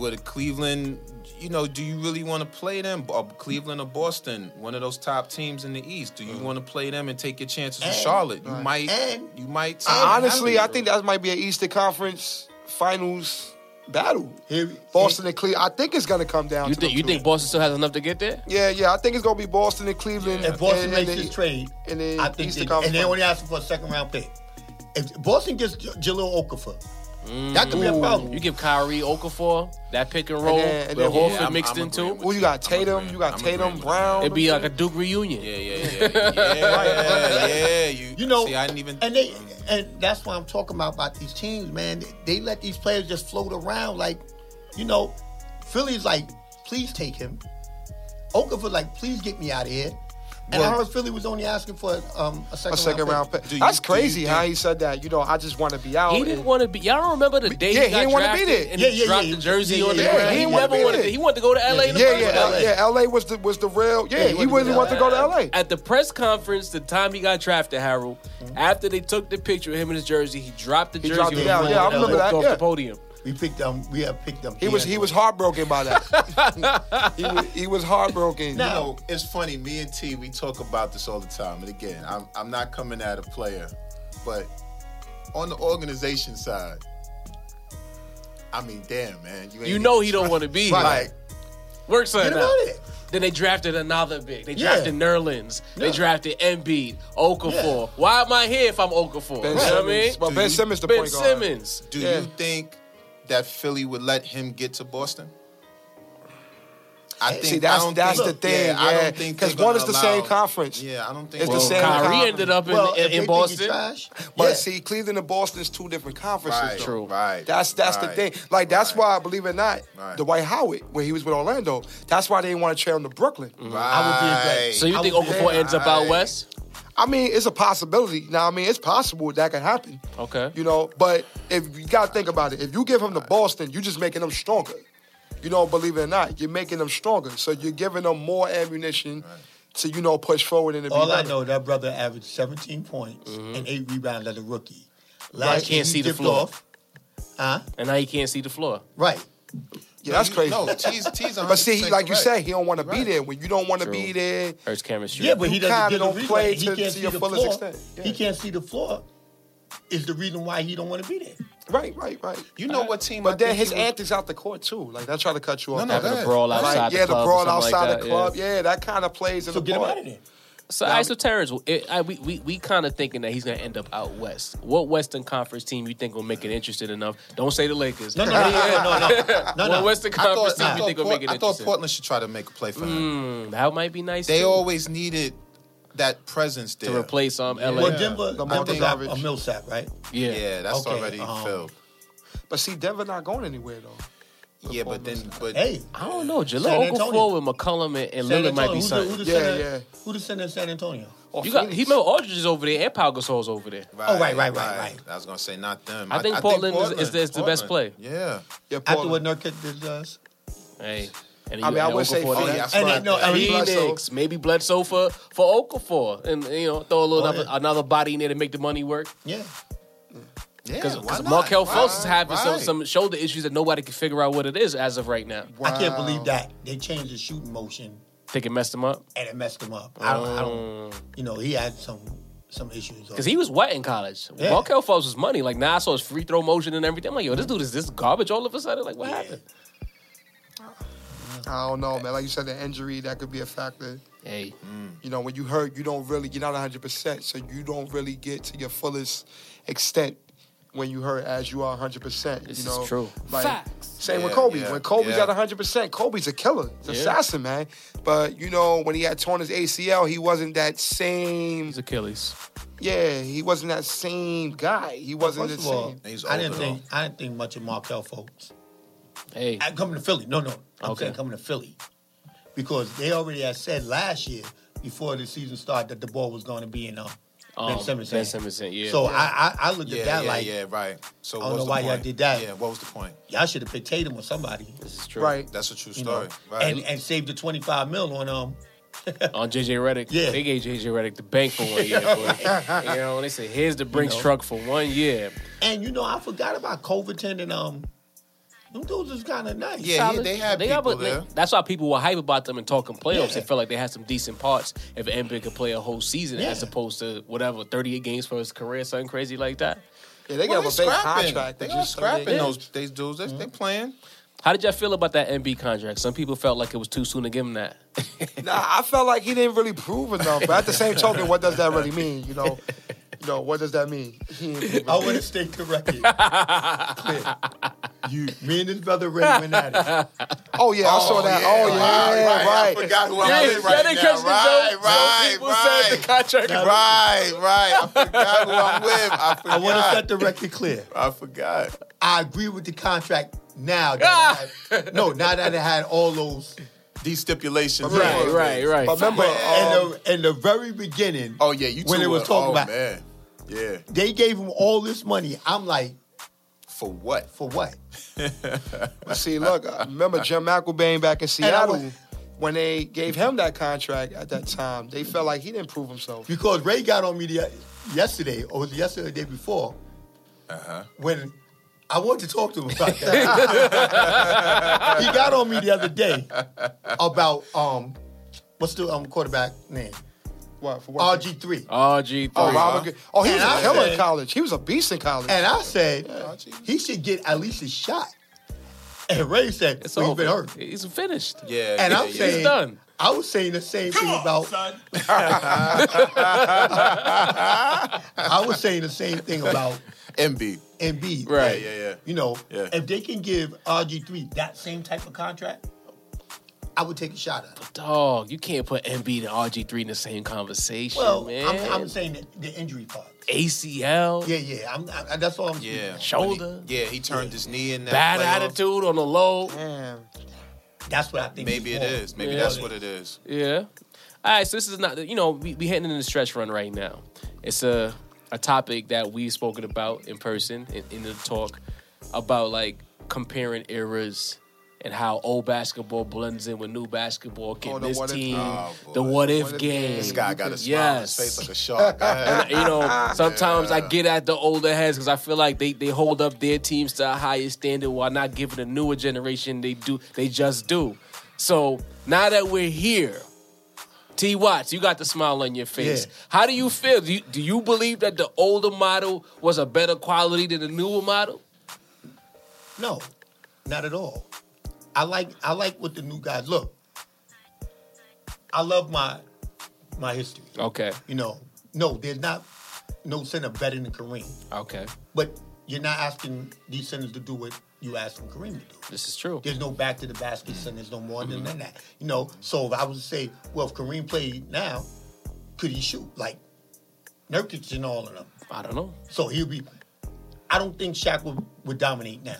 Speaker 4: with a Cleveland, you know, do you really want to play them? Or Cleveland or Boston, one of those top teams in the East. Do you want to play them and take your chances with
Speaker 5: And-
Speaker 4: Charlotte? You might
Speaker 5: and-
Speaker 4: you might
Speaker 3: Honestly, I think that might be an Eastern Conference Finals battle.
Speaker 5: Here-
Speaker 3: Boston and Cleveland. I think it's gonna come down.
Speaker 2: You
Speaker 3: to
Speaker 2: think
Speaker 3: them
Speaker 2: you
Speaker 3: two.
Speaker 2: think Boston still has enough to get there?
Speaker 3: Yeah, yeah. I think it's gonna be Boston and Cleveland.
Speaker 5: If Boston
Speaker 3: and- and
Speaker 5: makes
Speaker 3: the-
Speaker 5: this trade,
Speaker 3: and the
Speaker 5: I think
Speaker 3: Eastern
Speaker 5: they,
Speaker 3: Conference
Speaker 5: and they
Speaker 3: Finals.
Speaker 5: only asking for a second round pick. If Boston gets J- Jalil Okafor,
Speaker 2: Mm.
Speaker 5: that could be a problem.
Speaker 2: You give Kyrie Okafor that pick and roll,
Speaker 3: then- and
Speaker 2: with
Speaker 3: then-
Speaker 2: Horford
Speaker 4: Yeah, I'm-
Speaker 2: mixed
Speaker 4: I'm
Speaker 2: into.
Speaker 4: agreeing
Speaker 2: it.
Speaker 4: with
Speaker 3: Well, you got Tatum,
Speaker 4: agreeing.
Speaker 3: you got
Speaker 4: I'm agreeing
Speaker 3: Tatum
Speaker 4: with
Speaker 3: Brown.
Speaker 2: It'd be like a Duke reunion.
Speaker 4: Yeah, yeah, yeah, yeah, yeah, yeah. You,
Speaker 5: You know,
Speaker 4: see, I didn't even.
Speaker 5: and they and that's what I'm talking about about these teams, man. They, they let these players just float around, like you know, Philly's like, please take him. Okafor like, please get me out of here. And
Speaker 4: Well-
Speaker 5: I heard Philly was only asking for um, a second,
Speaker 3: a second round pick.
Speaker 4: Do you-
Speaker 3: That's
Speaker 4: do you
Speaker 3: crazy
Speaker 4: think-
Speaker 3: how he said that. You know, I just want to be out.
Speaker 2: He didn't
Speaker 3: and-
Speaker 2: want to be. Y'all don't remember the day
Speaker 3: Yeah,
Speaker 2: he
Speaker 3: he
Speaker 2: got
Speaker 3: didn't wanna be
Speaker 2: drafted
Speaker 3: there.
Speaker 2: and
Speaker 5: Yeah,
Speaker 2: he
Speaker 5: yeah,
Speaker 2: dropped
Speaker 5: yeah.
Speaker 2: the jersey
Speaker 5: Yeah,
Speaker 2: on the
Speaker 5: yeah,
Speaker 2: ground.
Speaker 5: yeah,
Speaker 2: He,
Speaker 5: he
Speaker 2: never
Speaker 5: didn't wanna be
Speaker 2: wanted.
Speaker 3: there.
Speaker 2: To, he wanted to go to LA. in the
Speaker 3: Yeah,
Speaker 2: first
Speaker 3: yeah,
Speaker 2: place.
Speaker 3: L- yeah. LA was the was the real. Yeah,
Speaker 5: he
Speaker 3: he
Speaker 5: wanted
Speaker 3: wasn't want to go to LA.
Speaker 2: At the press conference, the time he got drafted, Harold, after they took the picture of him in his jersey, he dropped the jersey
Speaker 3: dropped
Speaker 2: and
Speaker 3: it down.
Speaker 2: walked
Speaker 5: Yeah, I
Speaker 2: off-
Speaker 5: remember
Speaker 2: walked
Speaker 3: that,
Speaker 2: off
Speaker 3: yeah.
Speaker 2: the podium.
Speaker 5: We picked them. We have picked them.
Speaker 3: He was he was heartbroken by that. he, was, he was heartbroken.
Speaker 4: You
Speaker 5: Now-
Speaker 4: know, it's funny. Me and T, we talk about this all the time. And again, I'm I'm not coming at a player, but on the organization side, I mean, damn, man, ain't
Speaker 2: You
Speaker 4: even
Speaker 2: know he don't want to be here.
Speaker 4: like
Speaker 2: Work
Speaker 5: Get
Speaker 2: something
Speaker 5: him
Speaker 2: out.
Speaker 5: out of there.
Speaker 2: Then they drafted another big. They
Speaker 5: Yeah.
Speaker 2: drafted Nerlens. They
Speaker 5: Yeah.
Speaker 2: drafted Embiid, Okafor. Why am I here if I'm Okafor?
Speaker 3: Ben
Speaker 2: You know what I mean?
Speaker 3: Simmons. Well,
Speaker 4: Do
Speaker 3: Ben
Speaker 4: you-
Speaker 3: Simmons the
Speaker 2: Ben
Speaker 3: point guard.
Speaker 2: Simmons.
Speaker 4: Do
Speaker 3: Yeah.
Speaker 4: you think that Philly would let him get to Boston? I think
Speaker 3: See, that's-
Speaker 4: I don't
Speaker 3: that's
Speaker 4: think-
Speaker 3: the thing,
Speaker 4: I
Speaker 3: yeah,
Speaker 4: don't think
Speaker 3: 'cause
Speaker 4: they're
Speaker 3: one
Speaker 4: gonna
Speaker 3: is the same
Speaker 4: allow-
Speaker 3: conference.
Speaker 4: Yeah, I don't think
Speaker 3: It's the
Speaker 4: they're
Speaker 3: same
Speaker 4: gonna allow-
Speaker 2: Kyrie
Speaker 3: conference.
Speaker 2: ended up in, in-
Speaker 5: Well, if they
Speaker 2: in
Speaker 5: think he
Speaker 2: Boston.
Speaker 5: trash,
Speaker 3: But
Speaker 5: yeah.
Speaker 3: see, Cleveland and Boston's two different conferences.
Speaker 4: Right,
Speaker 3: though.
Speaker 2: True.
Speaker 4: Right.
Speaker 3: That's that's
Speaker 4: right,
Speaker 3: the thing. Like that's
Speaker 4: right,
Speaker 3: why, believe it or not,
Speaker 4: Right.
Speaker 3: Dwight Howard, when he was with Orlando, that's why they didn't want to trade him to Brooklyn.
Speaker 4: Right.
Speaker 5: I would be impressed.
Speaker 2: So you
Speaker 5: I
Speaker 2: think
Speaker 5: was
Speaker 2: Okafor
Speaker 4: there.
Speaker 2: ends up out
Speaker 4: I-
Speaker 2: west?
Speaker 3: I mean, it's a possibility. Now, I mean, it's possible that can happen.
Speaker 2: Okay.
Speaker 3: You know, but if you gotta think about it, if you give him to Boston, you just making them stronger. You know, believe it or not, you're making them stronger. So you're giving them more ammunition to you know push forward and to be
Speaker 5: All I
Speaker 3: better.
Speaker 5: know, that brother averaged 17 points and eight rebounds as a rookie.
Speaker 2: I
Speaker 5: Last
Speaker 2: Mm-hmm. can't
Speaker 5: year he
Speaker 2: see the
Speaker 5: dipped
Speaker 2: floor.
Speaker 5: Off. Huh?
Speaker 2: And now you can't see the floor.
Speaker 5: Right.
Speaker 3: Yeah, that's
Speaker 4: You-
Speaker 3: crazy.
Speaker 4: No, T's, T's 100
Speaker 3: But see, he, like you
Speaker 4: correct.
Speaker 3: said, he don't want to be
Speaker 4: Right.
Speaker 3: there when you don't want to
Speaker 2: True.
Speaker 3: be there.
Speaker 2: Hurts camera shoot.
Speaker 5: Yeah, but he
Speaker 3: You
Speaker 5: doesn't
Speaker 3: kinda
Speaker 5: get the
Speaker 3: don't
Speaker 5: reason
Speaker 3: play
Speaker 5: why he
Speaker 3: to-
Speaker 5: can't
Speaker 3: to
Speaker 5: see
Speaker 3: your
Speaker 5: the
Speaker 3: fullest
Speaker 5: floor.
Speaker 3: extent. Yeah.
Speaker 5: He can't see the floor. Is the reason why he don't want to be there.
Speaker 3: Right, right, right.
Speaker 4: You know what team? I
Speaker 3: But then
Speaker 4: think
Speaker 3: his
Speaker 4: he was-
Speaker 3: antics out the court too. Like that's trying to cut you off.
Speaker 4: No, no,
Speaker 3: Like,
Speaker 2: Having
Speaker 4: go
Speaker 2: a
Speaker 4: ahead.
Speaker 2: brawl outside the
Speaker 3: yeah,
Speaker 2: club.
Speaker 3: the
Speaker 2: or something
Speaker 3: brawl
Speaker 2: like
Speaker 3: outside
Speaker 2: that,
Speaker 3: the
Speaker 2: yeah.
Speaker 3: club. Yeah, that kind of plays in
Speaker 5: So
Speaker 3: the
Speaker 5: get him
Speaker 3: part.
Speaker 5: out of there.
Speaker 2: So, all right, so Terrence, it, I, we, we we kind of thinking that he's gonna end up out west. What Western Conference team you think will make it interested enough? Don't say the Lakers.
Speaker 5: No, no, no, no, no, no, no. no,
Speaker 2: What
Speaker 5: no.
Speaker 2: Western
Speaker 4: I
Speaker 2: Conference
Speaker 4: thought,
Speaker 2: team
Speaker 4: I,
Speaker 2: you
Speaker 4: thought
Speaker 2: think will make
Speaker 4: Port-
Speaker 2: it
Speaker 4: I thought
Speaker 2: interesting? Mm.
Speaker 4: Portland should try to make a play for him.
Speaker 2: that might be nice.
Speaker 4: They
Speaker 2: too,
Speaker 4: always needed that presence there.
Speaker 2: to replace um LA.
Speaker 5: Well, Denver,
Speaker 3: The
Speaker 5: Denver
Speaker 3: Monty
Speaker 5: got a
Speaker 3: garbage.
Speaker 5: Millsap, right?
Speaker 2: yeah.
Speaker 4: Yeah, that's
Speaker 5: Okay,
Speaker 4: already
Speaker 5: um,
Speaker 4: filled.
Speaker 3: But see, Denver not going anywhere though.
Speaker 4: Yeah, but then, but
Speaker 5: Hey,
Speaker 2: I don't know.
Speaker 5: San
Speaker 2: Jaleel Okafor
Speaker 5: Antonio.
Speaker 2: with McCollum and, and
Speaker 5: San
Speaker 2: Lillard might
Speaker 5: Antonio.
Speaker 2: be
Speaker 5: Who's the, who
Speaker 2: something.
Speaker 5: the
Speaker 3: Yeah,
Speaker 5: center?
Speaker 3: yeah.
Speaker 5: Who the center in San Antonio?
Speaker 3: Or
Speaker 2: You got
Speaker 3: Phoenix.
Speaker 2: he made Aldridge is over there and Pau Gasol's over there.
Speaker 5: Oh, right, right, right, right.
Speaker 4: I was gonna say not them.
Speaker 2: I think Portland is- is the- is the best
Speaker 4: Portland. Yeah,
Speaker 3: Yeah,
Speaker 5: After what
Speaker 3: Portland.
Speaker 5: Nurkic did to us.
Speaker 2: Hey, and
Speaker 3: I mean, I
Speaker 2: and
Speaker 3: would say
Speaker 2: Okafor
Speaker 4: Oh,
Speaker 2: there.
Speaker 4: yeah,
Speaker 3: Phoenix,
Speaker 5: And
Speaker 3: but
Speaker 5: I know- I mean,
Speaker 3: Eric Bledsoe.
Speaker 2: Phoenix, maybe Bledsoe for for Okafor, and you know throw a little
Speaker 5: Oh,
Speaker 2: another,
Speaker 5: yeah.
Speaker 2: another body in there to make the money work.
Speaker 5: Yeah.
Speaker 4: yeah.
Speaker 2: Because
Speaker 4: why not?
Speaker 2: Markel
Speaker 4: Right,
Speaker 2: Fultz is having some,
Speaker 4: right.
Speaker 2: some shoulder issues that nobody can figure out what it is as of right now.
Speaker 5: I can't believe that. They changed the shooting motion
Speaker 2: Think it messed him up
Speaker 5: and it messed him up. I don't, I don't you know, he had some some issues.
Speaker 2: because Oh. he was wet in college.
Speaker 5: Yeah.
Speaker 2: Markel Fultz was money. Like now I saw his free throw motion and everything. I'm like, yo, this dude is this garbage all of a sudden. Like what
Speaker 5: Yeah.
Speaker 2: happened?
Speaker 3: I don't know, man. Like you said, the injury that could be a factor.
Speaker 2: Hey,
Speaker 3: You know, when you hurt, you don't really get out 100, percent so you don't really get to your fullest extent when you hurt as you are 100. percent
Speaker 2: This
Speaker 3: You
Speaker 2: is
Speaker 3: know,
Speaker 2: true.
Speaker 3: Like,
Speaker 6: Facts.
Speaker 3: Same with
Speaker 4: Yeah,
Speaker 3: Kobe.
Speaker 4: yeah,
Speaker 3: when Kobe's
Speaker 4: yeah.
Speaker 3: at 100, percent Kobe's a killer, He's an
Speaker 2: Yeah.
Speaker 3: assassin, man. But you know, when he had torn his ACL, he wasn't that same.
Speaker 2: he's Achilles.
Speaker 3: Yeah, he wasn't that same guy. He wasn't
Speaker 5: First
Speaker 3: the
Speaker 5: of all,
Speaker 3: same.
Speaker 4: He's
Speaker 5: I didn't
Speaker 4: older,
Speaker 5: think I didn't think much of Markel folks.
Speaker 2: Hey,
Speaker 5: I coming to Philly. No, no. I'm
Speaker 2: Okay.
Speaker 5: saying coming to Philly. Because they already had said last year, before the season started, that the ball was going to be in um,
Speaker 2: um,
Speaker 5: Ben Simmons.
Speaker 2: Ben
Speaker 5: hand.
Speaker 2: Simmons, yeah.
Speaker 5: So I, I I looked
Speaker 4: Yeah,
Speaker 5: at that
Speaker 4: yeah,
Speaker 5: like
Speaker 4: yeah, right. So
Speaker 5: I don't
Speaker 4: what was
Speaker 5: know
Speaker 4: the
Speaker 5: why y'all
Speaker 4: point?
Speaker 5: did that.
Speaker 4: Yeah, what was the point?
Speaker 5: y'all should have picked Tatum or somebody.
Speaker 2: this is true.
Speaker 3: Right.
Speaker 4: That's a true
Speaker 5: You know,
Speaker 4: story. Right.
Speaker 5: and and saved the twenty five mil on um
Speaker 2: on JJ Redick.
Speaker 5: Yeah.
Speaker 2: They gave JJ Redick the bank for one year, boy. you know, and they said, here's the Brinks
Speaker 5: You know.
Speaker 2: truck for one year.
Speaker 5: and you know I forgot about Covington and um them dudes is kind of nice.
Speaker 4: Yeah, he- they had
Speaker 2: got-
Speaker 4: people
Speaker 2: they-
Speaker 4: there.
Speaker 2: that's why people were hype about them and talking playoffs.
Speaker 5: Yeah.
Speaker 2: They felt like they had some decent parts if Embiid could play a whole season
Speaker 5: Yeah.
Speaker 2: as opposed to whatever, 38 games for his career, something crazy like that.
Speaker 3: Yeah, they
Speaker 4: Well,
Speaker 3: got a
Speaker 4: they
Speaker 3: big
Speaker 4: scrapping.
Speaker 3: contract.
Speaker 4: They
Speaker 3: which
Speaker 4: all
Speaker 3: is-
Speaker 4: scrapping
Speaker 2: Yeah.
Speaker 4: those these dudes. They, they playing.
Speaker 2: How did y'all feel about that Embiid contract? Some people felt like it was too soon to give him that.
Speaker 3: Nah, I felt like he didn't really prove enough. But at the same token, what does that really mean? You know, you know, what does that mean? He ain't prove
Speaker 5: I want to stay corrected. Clear. You, me and this brother Ray went at it.
Speaker 3: Oh yeah, I saw that. Oh yeah, right.
Speaker 4: I forgot who I'm
Speaker 2: Y'all
Speaker 4: with right
Speaker 2: didn't
Speaker 4: now.
Speaker 2: catch the
Speaker 4: Right,
Speaker 2: joke? Some
Speaker 4: right,
Speaker 2: people said the
Speaker 4: right.
Speaker 2: contract.
Speaker 4: Right, right. I forgot who I'm with. I
Speaker 5: I want to set
Speaker 4: forgot.
Speaker 5: the record clear.
Speaker 4: I forgot.
Speaker 5: I agree with the contract now.
Speaker 3: Ah!
Speaker 5: That I had, no, now that it had all those.
Speaker 4: These stipulations.
Speaker 2: Right, right, right.
Speaker 3: But remember, um,
Speaker 5: and the, in the very beginning,
Speaker 4: Oh yeah, you
Speaker 5: when
Speaker 4: two
Speaker 5: it was
Speaker 4: were-
Speaker 5: talking
Speaker 4: oh,
Speaker 5: about,
Speaker 4: man. Yeah.
Speaker 5: they gave him all this money. I'm like,
Speaker 4: For what?
Speaker 5: for what?
Speaker 3: see, look, I remember Jim McElbain back in Seattle
Speaker 5: was-
Speaker 3: when they gave him that contract at that time. They felt like he didn't prove himself.
Speaker 5: Because Ray got on me the, yesterday, or was it yesterday or the day before,
Speaker 3: Uh-huh.
Speaker 5: when I wanted to talk to him about that. he got on me the other day about um, what's the um quarterback name?
Speaker 3: What for what?
Speaker 5: RG three.
Speaker 2: RG3.
Speaker 3: Oh, Robert. G- Oh, he was
Speaker 5: Oh, And
Speaker 3: a
Speaker 5: I
Speaker 3: killer in
Speaker 5: said-
Speaker 3: college. He was a beast in college.
Speaker 5: And I said
Speaker 4: RG3.
Speaker 5: he should get at least a shot. And Ray said
Speaker 2: It's
Speaker 5: well, he's
Speaker 2: over.
Speaker 5: been hurt.
Speaker 2: He's finished.
Speaker 4: Yeah.
Speaker 5: And
Speaker 4: yeah,
Speaker 5: I'm
Speaker 4: yeah.
Speaker 5: saying
Speaker 2: He's done.
Speaker 5: I was saying the same thing about
Speaker 1: son.
Speaker 5: I was saying the same thing about
Speaker 4: MB.
Speaker 5: Embiid.
Speaker 2: Right.
Speaker 4: Yeah, yeah, yeah.
Speaker 5: You know,
Speaker 4: Yeah.
Speaker 5: if they can give RG three that same type of contract, I would take a shot at. Him.
Speaker 2: Dog, you can't put Embiid and RG3 in the same conversation,
Speaker 5: Well,
Speaker 2: man.
Speaker 5: I'm, I'm saying the, the injury part.
Speaker 2: ACL,
Speaker 5: Yeah, yeah. I'm, I, that's all I'm.
Speaker 4: Yeah.
Speaker 2: Shoulder.
Speaker 4: When he- yeah, he turned his knee in that.
Speaker 2: bad
Speaker 4: playoff.
Speaker 2: attitude on the low.
Speaker 3: Damn.
Speaker 5: That's what I think.
Speaker 4: Maybe it
Speaker 5: it's for.
Speaker 4: is. Maybe
Speaker 5: Yeah.
Speaker 4: that's what it is.
Speaker 2: Yeah. All right, so this is not, you know, we, we heading in the stretch run right now. It's a, a topic that we've spoken about in person in, in the talk about like comparing eras and how old basketball blends in with new basketball, getting
Speaker 3: Oh, the
Speaker 2: this
Speaker 3: what if-
Speaker 2: team,
Speaker 4: oh,
Speaker 2: the
Speaker 4: boy.
Speaker 2: what if
Speaker 3: What if
Speaker 2: game.
Speaker 4: This guy got a smile on his
Speaker 2: Yes.
Speaker 4: face like a shark. Go ahead.
Speaker 2: you know, sometimes I get at the older heads because I feel like they, they hold up their teams to a higher standard while not giving the newer generation they do they just do. So now that we're here, T Watts, you got the smile on your face.
Speaker 5: Yeah.
Speaker 2: How do you feel? Do you, do you believe that the older model was a better quality than the newer model?
Speaker 5: No, not at all. I like I like what the new guys look. I love my my history.
Speaker 2: Okay,
Speaker 5: You know, no, there's not no center better than Kareem,
Speaker 2: okay,
Speaker 5: but you're not asking these centers to do what you asking Kareem to do.
Speaker 2: this is true.
Speaker 5: There's no back to the basket centers no more than than that. You know, so if I was to say, well, if Kareem played now, could he shoot like Nurkic and all of them?
Speaker 2: I don't know.
Speaker 5: So he'll be. I don't think Shaq would, would dominate now.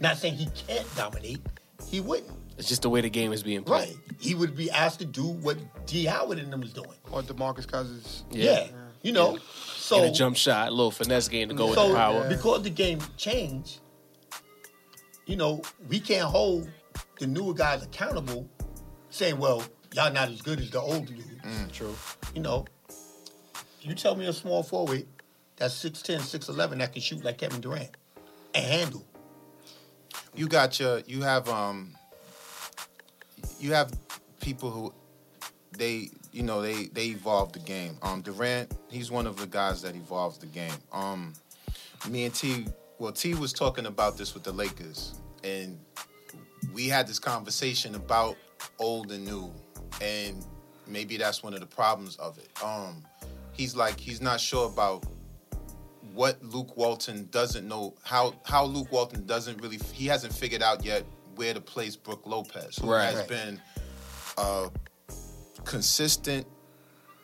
Speaker 5: Not saying he can't dominate, he wouldn't.
Speaker 2: It's just the way the game is being played.
Speaker 5: Right. He would be asked to do what D. Howard and them was doing.
Speaker 3: Or DeMarcus Cousins.
Speaker 5: Yeah. You know? So,
Speaker 2: And a jump shot, a little finesse game to go
Speaker 5: so
Speaker 2: with the power.
Speaker 5: because the game changed, you know, we can't hold the newer guys accountable saying, well, y'all not as good as the older dudes.
Speaker 2: Mm, True.
Speaker 5: You know, you tell me a small forward that's 6'10, 6'11 that can shoot like Kevin Durant and handle.
Speaker 4: you got your you have um you have people who they you know they they evolved the game um durant he's one of the guys that evolved the game um me and t well t was talking about this with the lakers and we had this conversation about old and new and maybe that's one of the problems of it um he's like he's not sure about what Luke Walton doesn't know how how Luke Walton doesn't really he hasn't figured out yet where to place Brooke Lopez, who
Speaker 2: Right.
Speaker 4: has
Speaker 5: Right.
Speaker 4: been a consistent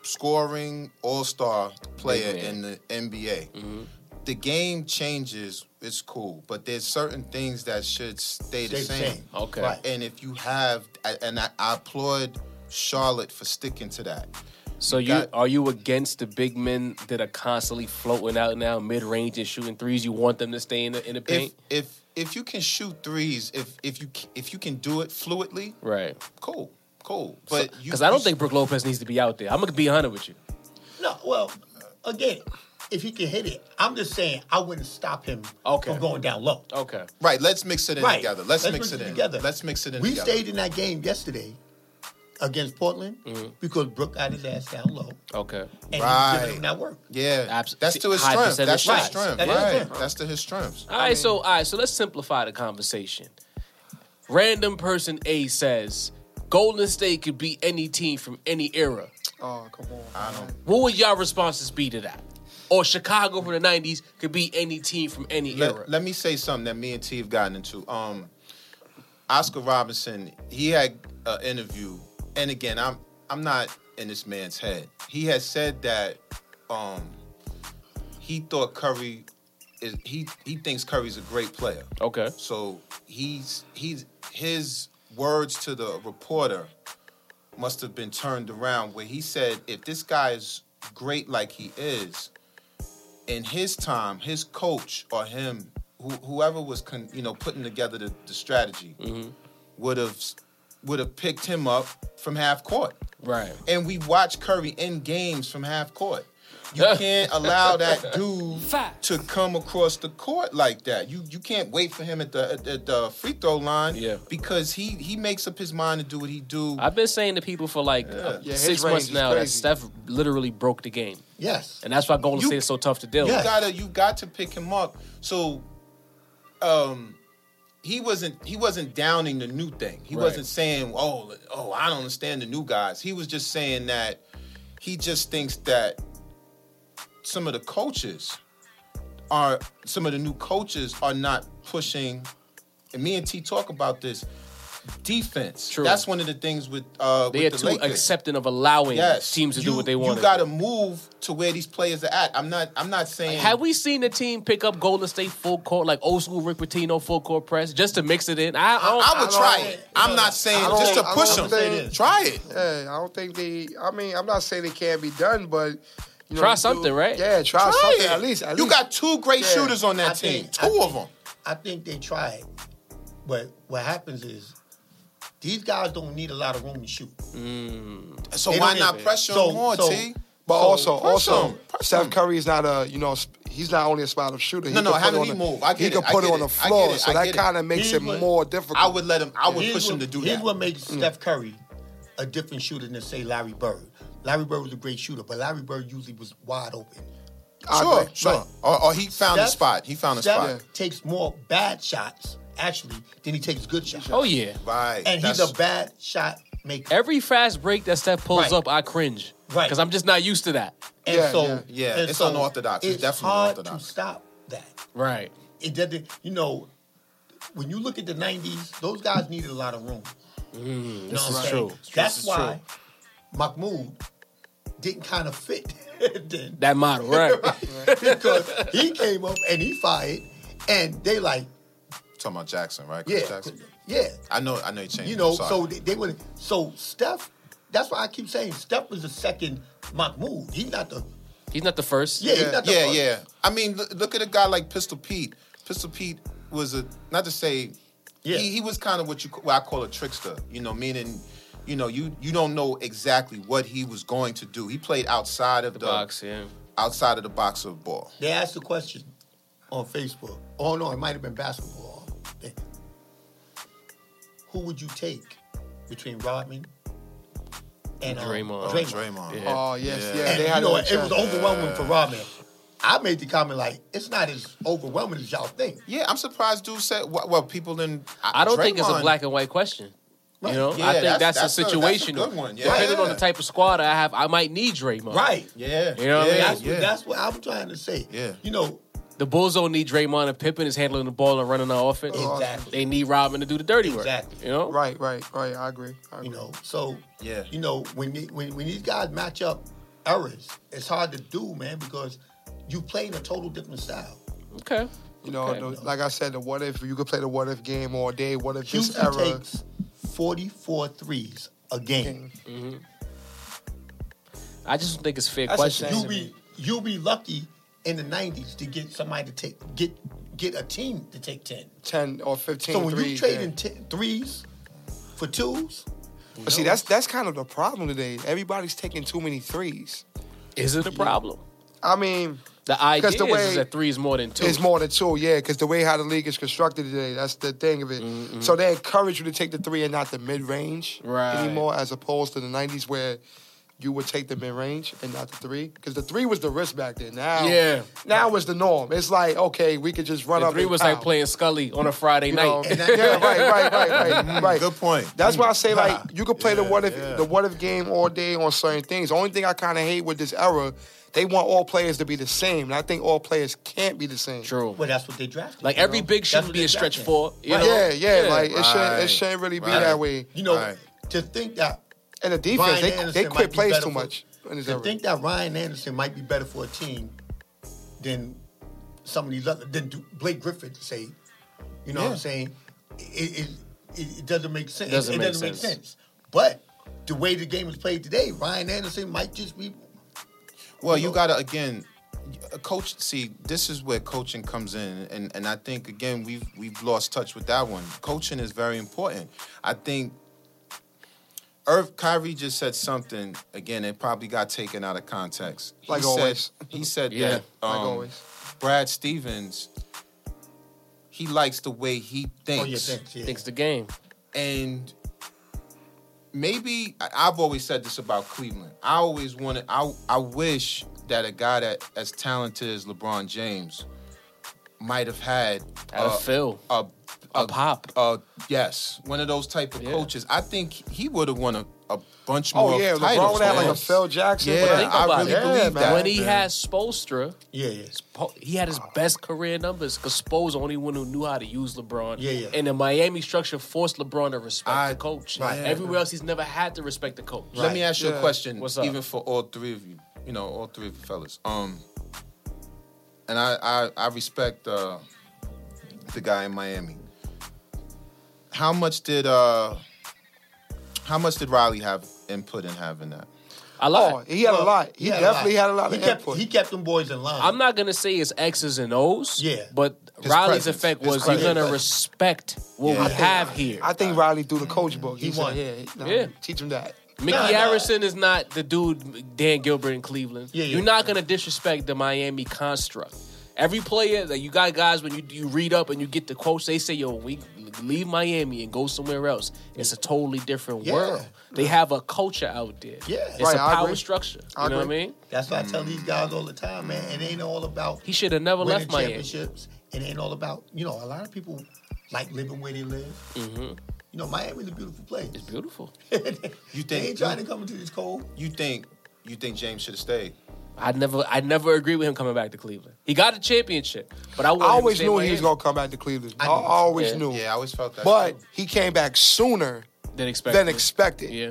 Speaker 4: scoring All Star player
Speaker 2: Big man.
Speaker 4: in the NBA.
Speaker 2: Mm-hmm.
Speaker 4: The game changes, it's cool, but there's certain things that should stay the
Speaker 5: Stay the
Speaker 4: same.
Speaker 5: same.
Speaker 2: Okay.
Speaker 5: Right.
Speaker 4: And if you have, and I, I applaud Charlotte for sticking to that.
Speaker 2: So you
Speaker 4: got-
Speaker 2: are you against the big men that are constantly floating out now, mid range and shooting threes? You want them to stay in the in the
Speaker 4: If
Speaker 2: paint,
Speaker 4: if if you can shoot threes, if if you c- if you can do it fluidly,
Speaker 2: right?
Speaker 4: cool, cool. But you-
Speaker 2: Because I don't
Speaker 4: you-
Speaker 2: think Brooke Lopez needs to be out there. I'm gonna be honest with you.
Speaker 5: No, well, again, if he can hit it, I'm just saying I wouldn't stop him
Speaker 2: Okay.
Speaker 5: from going down low.
Speaker 2: Okay,
Speaker 4: Right, let's mix it in
Speaker 5: Right.
Speaker 4: together. Let's, mix, it in.
Speaker 5: together.
Speaker 4: Let's mix it in
Speaker 5: We
Speaker 4: together.
Speaker 5: stayed in that game yesterday against Portland because Brooke got his ass down low
Speaker 2: okay.
Speaker 5: and he
Speaker 4: Mm-hmm.
Speaker 5: was
Speaker 4: Right.
Speaker 5: giving him that work.
Speaker 4: yeah,
Speaker 2: Abs-
Speaker 4: that's to his
Speaker 2: high
Speaker 4: strength. That's
Speaker 2: percentage
Speaker 4: his
Speaker 5: shots.
Speaker 4: strength.
Speaker 5: That is
Speaker 4: right,
Speaker 5: different.
Speaker 4: that's to his strength.
Speaker 2: All right, so all right, so let's simplify the conversation. Random person A says Golden State could beat any team from any era.
Speaker 3: Oh, come on.
Speaker 4: I don't.
Speaker 2: What would y'all responses be to that? Or Chicago from the '90s could beat any team from any era.
Speaker 4: Let, let me say something that me and T have gotten into. Um, Oscar Robinson, he had an interview, and again, I'm I'm not in this man's head. He has said that um, he thought Curry is he he thinks Curry's a great player.
Speaker 2: okay,
Speaker 4: So he's he's his words to the reporter must have been turned around where he said if this guy is great like he is in his time his coach or him who, whoever was con, you know putting together the, the strategy would have would have picked him up from half court
Speaker 2: right.
Speaker 4: and we watch Curry in games from half court. You can't allow that dude
Speaker 6: Facts.
Speaker 4: to come across the court like that. You you can't wait for him at the at, at the free throw line
Speaker 2: Yeah.
Speaker 4: because he he makes up his mind to do what he do.
Speaker 2: I've been saying to people for like uh,
Speaker 3: Yeah, his
Speaker 2: six
Speaker 3: range
Speaker 2: months
Speaker 3: is
Speaker 2: now that
Speaker 3: crazy.
Speaker 2: Steph literally broke the game,
Speaker 5: Yes.
Speaker 2: and that's why Golden
Speaker 4: You-
Speaker 2: State is so tough to deal
Speaker 4: you
Speaker 5: Yeah.
Speaker 2: with.
Speaker 4: gotta you got to pick him up. So, um, he wasn't he wasn't downing the new thing. He
Speaker 2: Right.
Speaker 4: wasn't saying oh oh I don't understand the new guys. He was just saying that he just thinks that some of the coaches are some of the new coaches are not pushing. And me and T talk about this. defense.
Speaker 2: True.
Speaker 4: That's one of the things with uh,
Speaker 2: They are
Speaker 4: with the
Speaker 2: too
Speaker 4: Lakers.
Speaker 2: accepting of allowing
Speaker 4: yes.
Speaker 2: teams to
Speaker 4: You-
Speaker 2: do what they want.
Speaker 4: You got to move to where these players are at. I'm not. I'm not saying.
Speaker 2: Have we seen the team pick up Golden State full court, like old school Rick Pitino full court press, just to mix it in? I, I, don't,
Speaker 4: I would
Speaker 3: don't-
Speaker 4: try it. I'm not saying
Speaker 3: I don't-
Speaker 4: just to
Speaker 3: I
Speaker 4: push
Speaker 3: don't
Speaker 4: them.
Speaker 3: think-
Speaker 4: Try it.
Speaker 3: Yeah, I don't think they. I mean, I'm not saying it can't be done, but you know,
Speaker 2: Try
Speaker 3: you do-
Speaker 2: something, right?
Speaker 3: Yeah, try,
Speaker 4: Try
Speaker 3: something
Speaker 4: it.
Speaker 3: at least. At
Speaker 4: you
Speaker 3: least.
Speaker 4: got two great
Speaker 3: Yeah.
Speaker 4: shooters on that
Speaker 5: I
Speaker 4: team.
Speaker 5: think- I
Speaker 4: two of
Speaker 5: think-
Speaker 4: them.
Speaker 5: I think they tried. But what happens is these guys don't need a lot of room to shoot.
Speaker 4: So
Speaker 5: They
Speaker 4: why
Speaker 5: don't
Speaker 4: not
Speaker 5: even-
Speaker 4: pressure
Speaker 5: so-
Speaker 4: them more,
Speaker 5: so-
Speaker 4: T?
Speaker 3: But
Speaker 4: So,
Speaker 3: also,
Speaker 4: press
Speaker 3: also,
Speaker 4: him. Press
Speaker 3: Steph
Speaker 4: him.
Speaker 3: Curry is not a you know sp- he's not only a spot up shooter.
Speaker 4: No,
Speaker 3: he
Speaker 4: no,
Speaker 3: can
Speaker 4: how
Speaker 3: put
Speaker 4: did
Speaker 3: it on
Speaker 4: he
Speaker 3: the,
Speaker 4: move? I
Speaker 3: he
Speaker 4: get
Speaker 3: can
Speaker 4: it, I
Speaker 3: put it
Speaker 4: get
Speaker 3: on
Speaker 4: it,
Speaker 3: the
Speaker 4: I get
Speaker 3: floor,
Speaker 4: it,
Speaker 3: so
Speaker 4: I
Speaker 3: that
Speaker 4: get it.
Speaker 3: kind of makes
Speaker 5: Here's
Speaker 3: it
Speaker 5: what-
Speaker 3: more difficult.
Speaker 4: I would let him. I would
Speaker 5: Here's
Speaker 4: push him
Speaker 5: what-
Speaker 4: to do
Speaker 5: Here's
Speaker 4: that. Mm.
Speaker 5: what makes Steph Curry a different shooter than say Larry Bird. Larry Bird was a great shooter, but Larry Bird usually was wide open.
Speaker 3: I
Speaker 4: sure,
Speaker 3: agree.
Speaker 4: sure.
Speaker 3: Right.
Speaker 4: Or, or he found a
Speaker 5: Steph-
Speaker 4: spot. He found a
Speaker 5: Steph
Speaker 4: spot.
Speaker 5: takes more bad shots actually than he takes good shots.
Speaker 2: oh yeah,
Speaker 4: Right.
Speaker 5: and he's
Speaker 4: That's-
Speaker 5: a bad shot maker.
Speaker 2: every fast break that Steph pulls
Speaker 5: Right.
Speaker 2: up, I cringe,
Speaker 5: Right.
Speaker 2: Because I'm just not used to that.
Speaker 5: and
Speaker 3: Yeah,
Speaker 5: so
Speaker 3: yeah.
Speaker 4: Yeah,
Speaker 5: and
Speaker 4: it's
Speaker 5: so
Speaker 4: unorthodox. It's
Speaker 5: It's
Speaker 4: definitely
Speaker 5: hard
Speaker 4: unorthodox.
Speaker 5: to stop that.
Speaker 2: Right.
Speaker 5: It doesn't. You know, when you look at the '90s, those guys needed a lot of room. You know
Speaker 2: this
Speaker 5: what I'm
Speaker 2: is
Speaker 5: saying?
Speaker 2: true.
Speaker 5: That's
Speaker 2: This is
Speaker 5: why Mahmoud didn't kind of fit then
Speaker 2: That model, right?
Speaker 5: because he came up and he fired, and they like,
Speaker 4: talking about Jackson, right? Chris
Speaker 5: yeah,
Speaker 4: Jackson?
Speaker 5: yeah,
Speaker 4: I know. I know you changed.
Speaker 5: you
Speaker 4: it.
Speaker 5: know.
Speaker 4: I'm sorry.
Speaker 5: So they, they would. So Steph, that's why I keep saying Steph was the second Mahmoud. He's not the.
Speaker 2: He's not the first.
Speaker 5: Yeah, he's not the
Speaker 4: yeah,
Speaker 5: first.
Speaker 4: yeah. I mean, look, look at a guy like Pistol Pete. Pistol Pete was a not to say,
Speaker 5: Yeah.
Speaker 4: he, he was kind of what you what I call a trickster. You know, meaning, you know, you you don't know exactly what he was going to do. He played outside of the,
Speaker 2: Box, yeah.
Speaker 4: outside of the box of ball.
Speaker 5: They asked a question on Facebook. Oh no, it might have been basketball. Who would you take between Rodman and um,
Speaker 2: Draymond.
Speaker 5: Draymond?
Speaker 4: Draymond.
Speaker 2: Yeah.
Speaker 3: Oh yes, yeah,
Speaker 5: And
Speaker 3: they
Speaker 5: you
Speaker 3: had
Speaker 5: know,
Speaker 3: no
Speaker 5: it was
Speaker 3: chance.
Speaker 5: overwhelming for Rodman. I made the comment like, it's not as overwhelming as y'all think.
Speaker 4: Yeah, I'm surprised. Dude said, well, well, people in
Speaker 2: I don't think it's a
Speaker 4: Draymond-
Speaker 2: black and white question. You
Speaker 5: Right.
Speaker 2: know,
Speaker 4: Yeah,
Speaker 2: I think
Speaker 4: that's-
Speaker 2: that's,
Speaker 4: that's a-
Speaker 2: a
Speaker 4: that's a
Speaker 2: situation.
Speaker 4: good one. Yeah.
Speaker 5: Right.
Speaker 2: Depending on the type of squad I have, I might need Draymond.
Speaker 5: Right.
Speaker 4: Yeah,
Speaker 2: You know what I mean?
Speaker 4: yeah,
Speaker 5: That's,
Speaker 4: yeah.
Speaker 5: What, that's what I'm trying to say.
Speaker 4: Yeah.
Speaker 5: You know,
Speaker 2: The Bulls don't need Draymond if Pippen is handling the ball and running the offense.
Speaker 5: Exactly.
Speaker 2: They need Robin to do the dirty work.
Speaker 5: Exactly.
Speaker 2: You know?
Speaker 3: Right, right, right. I agree. I agree.
Speaker 5: you know, so
Speaker 4: Yeah.
Speaker 5: you know, when they, when when these guys match up errors, it's hard to do, man, because you playing a total different style.
Speaker 2: Okay.
Speaker 3: You know,
Speaker 2: Okay.
Speaker 3: the, like I said, the what if you could play the what if game all day. What if this
Speaker 5: Houston
Speaker 3: era?
Speaker 5: takes 44 threes a game.
Speaker 2: I just don't think it's a fair
Speaker 3: That's a
Speaker 2: question.
Speaker 3: shame.
Speaker 5: You'll be you'll be lucky in the 90s to get somebody to take get get a team to take 10.
Speaker 3: 10 or 15
Speaker 5: So when you
Speaker 3: threes,
Speaker 5: trading
Speaker 3: yeah.
Speaker 5: ten, threes for twos,
Speaker 3: But see, that's that's kind of the problem today. Everybody's taking too many threes.
Speaker 2: Is it a problem?
Speaker 3: I mean,
Speaker 2: The idea
Speaker 3: the
Speaker 2: is,
Speaker 3: way-
Speaker 2: that three is more than two.
Speaker 3: it's more than two, yeah, because the way how the league is constructed today, that's the thing of it. So they encourage you to take the three and not the mid range
Speaker 2: Mm-hmm. Right.
Speaker 3: anymore, as opposed to the 90s where you would take the mid range and not the three. Because the three was the risk back then. Now,
Speaker 2: Yeah.
Speaker 3: now it's the norm. It's like, okay, we could just run
Speaker 2: The
Speaker 3: up.
Speaker 2: three
Speaker 3: and
Speaker 2: was like
Speaker 3: pound,
Speaker 2: playing Scully on a Friday
Speaker 3: you know?
Speaker 2: night.
Speaker 3: yeah, right, right, right, right, right.
Speaker 4: Mm, Good point.
Speaker 3: That's why I say like you could play the
Speaker 4: Yeah,
Speaker 3: what if
Speaker 4: yeah.
Speaker 3: the what if game all day on certain things. The only thing I kind of hate with this era, they want all players to be the same, and I think all players can't be the same.
Speaker 2: True.
Speaker 5: well, that's what they drafted.
Speaker 2: Like
Speaker 5: you know?
Speaker 2: every big
Speaker 5: That's
Speaker 2: shouldn't
Speaker 5: what
Speaker 2: be
Speaker 5: they
Speaker 2: a stretch
Speaker 5: drafted.
Speaker 2: four. You
Speaker 5: Right.
Speaker 2: know?
Speaker 3: Yeah, yeah, like it shouldn't
Speaker 4: Right,
Speaker 3: it shouldn't really be
Speaker 4: right.
Speaker 3: that way.
Speaker 5: You know,
Speaker 4: Right.
Speaker 5: to think that
Speaker 3: And the defense,
Speaker 5: Ryan
Speaker 3: they,
Speaker 5: Anderson
Speaker 3: they
Speaker 5: might
Speaker 3: quit
Speaker 5: be
Speaker 3: plays
Speaker 5: better
Speaker 3: too
Speaker 5: for-
Speaker 3: much in this
Speaker 5: to
Speaker 3: era.
Speaker 5: think that Ryan Anderson might be better for a team than some of these other than Du- Blake Griffin say. You know what I'm
Speaker 4: Yeah.
Speaker 5: saying? It it, it, it doesn't make sense.
Speaker 2: Doesn't
Speaker 5: it
Speaker 2: make
Speaker 5: doesn't
Speaker 2: sense.
Speaker 5: make sense. But the way the game is played today, Ryan Anderson might just be
Speaker 4: Well, you gotta again, a coach. See, this is where coaching comes in, and and I think again we've we've lost touch with that one. Coaching is very important. I think. Irv Kyrie just said something again. It probably got taken out of context. He
Speaker 3: Like
Speaker 4: said,
Speaker 3: always.
Speaker 4: He said
Speaker 2: Yeah,
Speaker 4: that um,
Speaker 3: like always.
Speaker 4: Brad Stevens. He likes the way he
Speaker 5: oh yeah, thanks, yeah.
Speaker 2: Thinks the game.
Speaker 4: and maybe I- I've always said this about Cleveland. I always wanted. I I wish that a guy that as talented as LeBron James might have had
Speaker 2: Had
Speaker 4: Uh,
Speaker 2: a feel.
Speaker 4: a,
Speaker 2: A pop.
Speaker 4: Uh, yes, one of those type of
Speaker 2: Yeah.
Speaker 4: coaches. I think he would have won a, a bunch more.
Speaker 3: Oh yeah, LeBron
Speaker 4: titles,
Speaker 3: would have like
Speaker 4: man.
Speaker 3: a Phil Jackson.
Speaker 4: Yeah,
Speaker 3: but
Speaker 2: Think
Speaker 4: I
Speaker 2: about
Speaker 4: really
Speaker 2: it.
Speaker 4: believe
Speaker 3: Yeah,
Speaker 4: that.
Speaker 2: when he
Speaker 4: man.
Speaker 2: had Spolstra,
Speaker 5: Yeah, yeah.
Speaker 2: Po- he had his best career numbers because Spo's the only one who knew how to use LeBron.
Speaker 5: Yeah, yeah.
Speaker 2: And the Miami structure forced LeBron to respect
Speaker 4: I-
Speaker 2: the coach.
Speaker 4: Right.
Speaker 2: Everywhere else, he's never had to respect the coach.
Speaker 4: Let me ask you
Speaker 3: Yeah.
Speaker 4: a question,
Speaker 2: What's up?
Speaker 4: even for all three of you. You know, all three of you fellas. Um, and I I, I respect uh, the guy in Miami. How much did uh, how much did Riley have input in having that?
Speaker 2: I lied.
Speaker 3: Oh, he had a lot. He, definitely had a lot
Speaker 5: he
Speaker 3: of
Speaker 5: kept,
Speaker 3: input.
Speaker 5: He kept them boys in line.
Speaker 2: I'm not gonna say it's X's and O's.
Speaker 5: Yeah.
Speaker 2: But
Speaker 4: His
Speaker 2: Riley's
Speaker 4: presence.
Speaker 2: effect
Speaker 4: His
Speaker 2: was you're
Speaker 4: presence.
Speaker 2: gonna respect what
Speaker 4: Yeah.
Speaker 2: we
Speaker 4: I think-
Speaker 2: have here.
Speaker 3: I think Riley threw the coach book. He,
Speaker 5: He
Speaker 3: said,
Speaker 5: won.
Speaker 3: Yeah, no,
Speaker 2: Yeah.
Speaker 3: teach him that.
Speaker 2: Mickey
Speaker 5: Nah, nah.
Speaker 2: Harrison is not the dude Dan Gilbert in Cleveland.
Speaker 5: Yeah, yeah.
Speaker 2: You're not gonna disrespect the Miami construct. Every player that you got guys when you you read up and you get the quotes, they say, "Yo, we leave Miami and go somewhere else." It's a totally different
Speaker 5: Yeah.
Speaker 2: world. They have a culture out there.
Speaker 5: Yeah.
Speaker 2: it's
Speaker 3: Right,
Speaker 2: a
Speaker 3: I
Speaker 2: power
Speaker 3: agree.
Speaker 2: structure. You
Speaker 3: I
Speaker 2: know what I
Speaker 3: agree.
Speaker 2: mean?
Speaker 5: That's why I
Speaker 3: Mm.
Speaker 5: tell these guys all the time, man. It ain't all about
Speaker 2: He should have never
Speaker 5: winning
Speaker 2: left Miami.
Speaker 5: championships. It ain't all about you know. A lot of people like living where they live. You know, Miami's a beautiful place.
Speaker 2: Mm-hmm. It's beautiful.
Speaker 4: You think
Speaker 5: They ain't trying to come into this cold.
Speaker 4: you think you think James should have stayed?
Speaker 2: I never, I never agree with him coming back to Cleveland. He got a championship, but I, wanted
Speaker 3: I
Speaker 2: him to
Speaker 3: always
Speaker 2: stay
Speaker 3: knew
Speaker 2: in
Speaker 3: he was
Speaker 2: Miami.
Speaker 3: gonna come back to Cleveland. I,
Speaker 5: I knew.
Speaker 3: always
Speaker 2: Yeah.
Speaker 3: knew.
Speaker 4: Yeah, I always felt that.
Speaker 3: but
Speaker 4: too.
Speaker 3: he came back sooner
Speaker 2: Than expected.
Speaker 3: than expected.
Speaker 2: Yeah,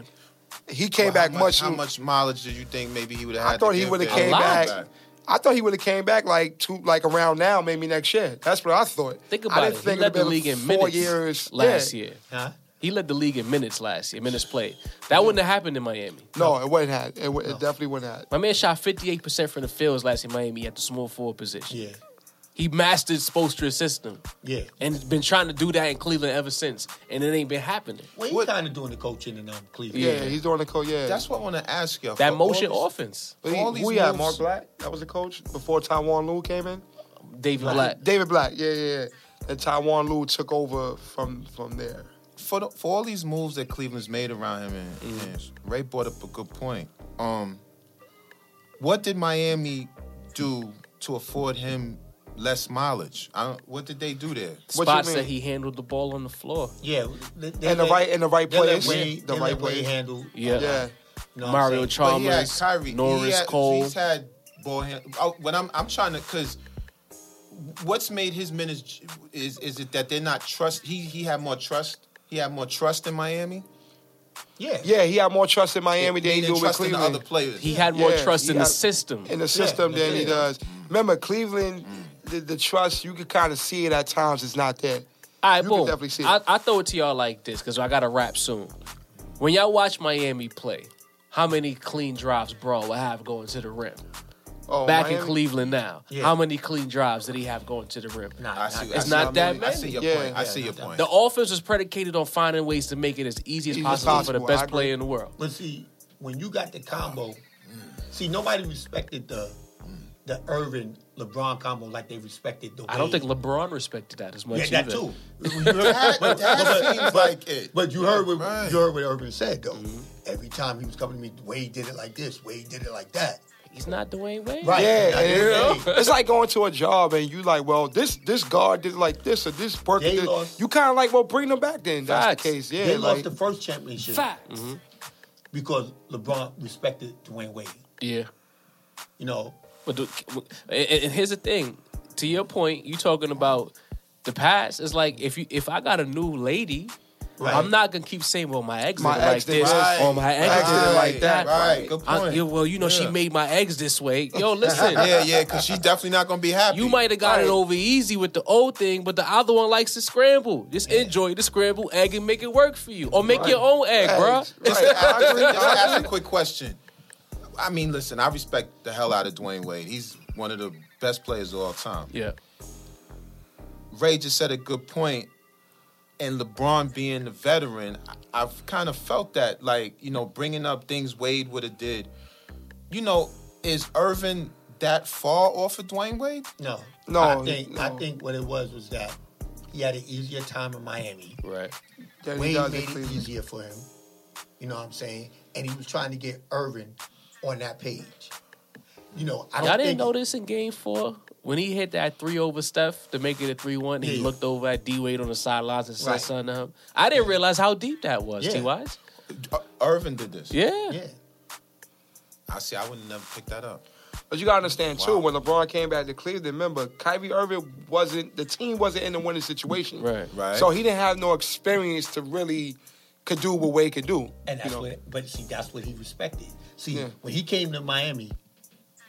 Speaker 3: He came
Speaker 4: Well,
Speaker 3: back
Speaker 4: how
Speaker 3: much.
Speaker 4: How much mileage did you think maybe he would have?
Speaker 3: I thought he would have came
Speaker 2: lot.
Speaker 3: back. I thought he would have came back like two, like around now, maybe next year. That's what I thought.
Speaker 2: think
Speaker 3: I
Speaker 2: about
Speaker 3: didn't
Speaker 2: it.
Speaker 3: Think
Speaker 2: he led the
Speaker 3: it'd
Speaker 2: league
Speaker 3: been
Speaker 2: in
Speaker 3: four
Speaker 2: minutes
Speaker 3: years
Speaker 2: last
Speaker 3: Yeah.
Speaker 2: year.
Speaker 5: Huh?
Speaker 2: He led the league in minutes last year, minutes played. That wouldn't have happened in Miami.
Speaker 3: No, it wouldn't have. It, w- it definitely wouldn't have.
Speaker 2: My man shot 58% from the fields last year in Miami at the small forward position.
Speaker 5: Yeah,
Speaker 2: He mastered Spolstra's system
Speaker 5: yeah.
Speaker 2: and been trying to do that in Cleveland ever since, and it ain't been happening.
Speaker 5: Well, he's
Speaker 4: What-
Speaker 5: kind of doing the coaching in um, Cleveland.
Speaker 3: Yeah, he's doing the coach. Yeah,
Speaker 4: That's what I want to ask you.
Speaker 2: That
Speaker 4: For
Speaker 2: motion
Speaker 4: all
Speaker 2: offense,
Speaker 3: But he,
Speaker 4: all these
Speaker 3: who he had?
Speaker 4: moves-
Speaker 3: Mark Black. That was the coach before Taiwan Lue came in.
Speaker 2: David Black.
Speaker 3: David Black. Yeah, yeah. yeah. And Taiwan Lue took over from from there.
Speaker 4: these, for the, for all these moves that Cleveland's made around him, and,
Speaker 2: Mm-hmm.
Speaker 4: and Ray brought up a good point. Um, what did Miami do to afford him less mileage? I don't, what did they do there?
Speaker 3: What you
Speaker 2: Spots that
Speaker 3: mean?
Speaker 2: he handled the ball on the floor.
Speaker 5: yeah. They, they
Speaker 3: And the
Speaker 5: let-
Speaker 3: right- and the right
Speaker 5: they let
Speaker 3: place.
Speaker 5: Wade,
Speaker 3: The
Speaker 5: they
Speaker 3: right
Speaker 5: let Wade
Speaker 3: place.
Speaker 5: handle.
Speaker 2: Yeah.
Speaker 3: Yeah.
Speaker 5: You know what I'm
Speaker 2: Mario
Speaker 5: saying?
Speaker 4: But he had
Speaker 2: Chalmers,
Speaker 4: Kyrie, he
Speaker 2: Norris,
Speaker 4: had,
Speaker 2: Cole.
Speaker 4: He's had ball hand. Oh, when I'm I'm trying to because what's made his minutes is is it that they're not trust. He he had more trust. He had more trust in Miami.
Speaker 5: Yeah.
Speaker 3: Yeah, he had more trust in Miami than he
Speaker 4: Meaning
Speaker 3: did with
Speaker 4: trust in the
Speaker 3: Cleveland.
Speaker 4: other players.
Speaker 2: He had more
Speaker 3: Yeah,
Speaker 2: trust
Speaker 3: he
Speaker 2: in the
Speaker 3: had-
Speaker 2: system.
Speaker 3: in the system
Speaker 5: Yeah,
Speaker 3: than he
Speaker 5: yeah.
Speaker 3: does. Remember, Cleveland, the, the trust you could kind of see it at times is not there.
Speaker 2: All right,
Speaker 3: You
Speaker 2: boom.
Speaker 3: can definitely see it.
Speaker 2: I, I throw it to y'all like this because I got to wrap soon. When y'all watch Miami play, how many clean drives Braun will have going to the rim?
Speaker 3: Oh,
Speaker 2: Back in
Speaker 3: Miami-
Speaker 2: Cleveland now,
Speaker 5: Yeah.
Speaker 2: how many clean drives did he have going to the rim?
Speaker 5: Nah,
Speaker 4: I see,
Speaker 5: nah,
Speaker 4: I
Speaker 2: It's
Speaker 4: see-
Speaker 2: not that
Speaker 4: I see
Speaker 2: many.
Speaker 4: your
Speaker 3: Yeah.
Speaker 4: point. I
Speaker 5: Yeah,
Speaker 4: see your
Speaker 5: not that
Speaker 4: point.
Speaker 2: The offense was predicated on finding ways to make it as easy as
Speaker 3: Easy as
Speaker 2: possible, for the
Speaker 3: possible, I
Speaker 2: best
Speaker 3: agree.
Speaker 2: player in the world.
Speaker 5: But see, when you got the combo, see nobody respected the the Irvin LeBron combo like they respected the.
Speaker 2: I don't
Speaker 5: Wade.
Speaker 2: think LeBron respected that as much.
Speaker 5: Yeah, that
Speaker 2: either.
Speaker 5: too.
Speaker 4: that that seems like it.
Speaker 5: But you heard what
Speaker 4: Right.
Speaker 5: you heard what Urban said though.
Speaker 3: Mm-hmm.
Speaker 5: Every time he was coming to me, Wade did it like this, Wade did it like that.
Speaker 2: He's not Dwayne Wade.
Speaker 5: Right.
Speaker 3: Yeah,
Speaker 5: Now,
Speaker 3: and
Speaker 5: this
Speaker 3: it's, it's like going to a job and you like, well, this this guard did like this or this person.
Speaker 5: They
Speaker 3: Did.
Speaker 5: lost-
Speaker 3: You kind of like, well, bring them back then. That's
Speaker 2: Facts.
Speaker 3: the case. Yeah,
Speaker 5: they
Speaker 3: like,
Speaker 5: lost the first championship
Speaker 6: Facts.
Speaker 5: Mm-hmm. because LeBron respected Dwayne Wade.
Speaker 2: Yeah.
Speaker 5: You know,
Speaker 2: But do, and, and here's the thing. To your point, you talking about the past. It's like if you if I got a new lady,
Speaker 5: Right.
Speaker 2: I'm not gonna keep saying, "Well, my ex
Speaker 3: My
Speaker 2: did it like
Speaker 3: ex did
Speaker 2: this,"
Speaker 3: this.
Speaker 2: or oh, "My ex did it
Speaker 3: Right,
Speaker 2: like that."
Speaker 4: Right. Good
Speaker 2: I,
Speaker 4: point.
Speaker 2: yeah, well, you know, she
Speaker 4: Yeah.
Speaker 2: made my eggs this way. Yo, listen,
Speaker 4: yeah, yeah, because she's definitely not gonna be happy.
Speaker 2: you might have got it
Speaker 3: Right.
Speaker 2: over easy with the old thing, but the other one likes to scramble. Just enjoy the scramble egg and make it work for you, or make your own egg,
Speaker 3: Eggs.
Speaker 2: bruh.
Speaker 4: Just,
Speaker 3: Right, I
Speaker 4: just-
Speaker 3: agree, I
Speaker 4: just ask a quick question. I mean, listen, I respect the hell out of Dwayne Wade. He's one of the best players of all time.
Speaker 2: Yeah,
Speaker 4: Ray just said a good point, and LeBron being the veteran, I- I've kind of felt that, like you know, bringing up things Wade would have did. You know, is Irvin that far off of Dwayne Wade?
Speaker 5: no,
Speaker 3: No,
Speaker 5: I think I
Speaker 3: no.
Speaker 5: think what it was was that he had an easier time in Miami.
Speaker 2: right.
Speaker 3: that he
Speaker 5: Wade
Speaker 3: does in
Speaker 5: made it
Speaker 3: Cleveland.
Speaker 5: easier for him. You know what I'm saying? And he was trying to get Irvin on that page. You know, I don't
Speaker 2: Y'all didn't
Speaker 5: think
Speaker 2: know this in Game Four When he hit that three over Steph to make it a three one, he
Speaker 5: Yeah.
Speaker 2: looked over at D Wade on the sidelines and said
Speaker 5: Right.
Speaker 2: something to him. I didn't realize how deep that was.
Speaker 5: Yeah.
Speaker 2: T Wise,
Speaker 4: Ir- Uh, Irvin did this.
Speaker 2: yeah.
Speaker 5: Yeah.
Speaker 4: I see. I would never pick that up.
Speaker 3: But you gotta understand too,
Speaker 4: Wow.
Speaker 3: when LeBron came back to Cleveland, remember Kyrie Irving wasn't the team wasn't in a winning situation.
Speaker 2: Right.
Speaker 4: Right.
Speaker 3: So he didn't have no experience to really could do what Wade could do.
Speaker 5: And that's
Speaker 3: you know?
Speaker 5: what, but see, that's what he respected. See,
Speaker 3: Yeah.
Speaker 5: when he came to Miami,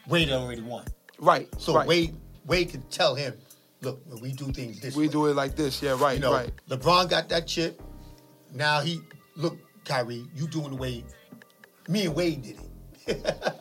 Speaker 5: Wade already won.
Speaker 3: Right.
Speaker 5: So
Speaker 3: right.
Speaker 5: Wade, Wade could tell him, look, when we do things this
Speaker 3: we
Speaker 5: way.
Speaker 3: do it like this, yeah, right,
Speaker 5: You know,
Speaker 3: right.
Speaker 5: LeBron got that chip. Now he, look, Kyrie, you doing the way me and Wade did it.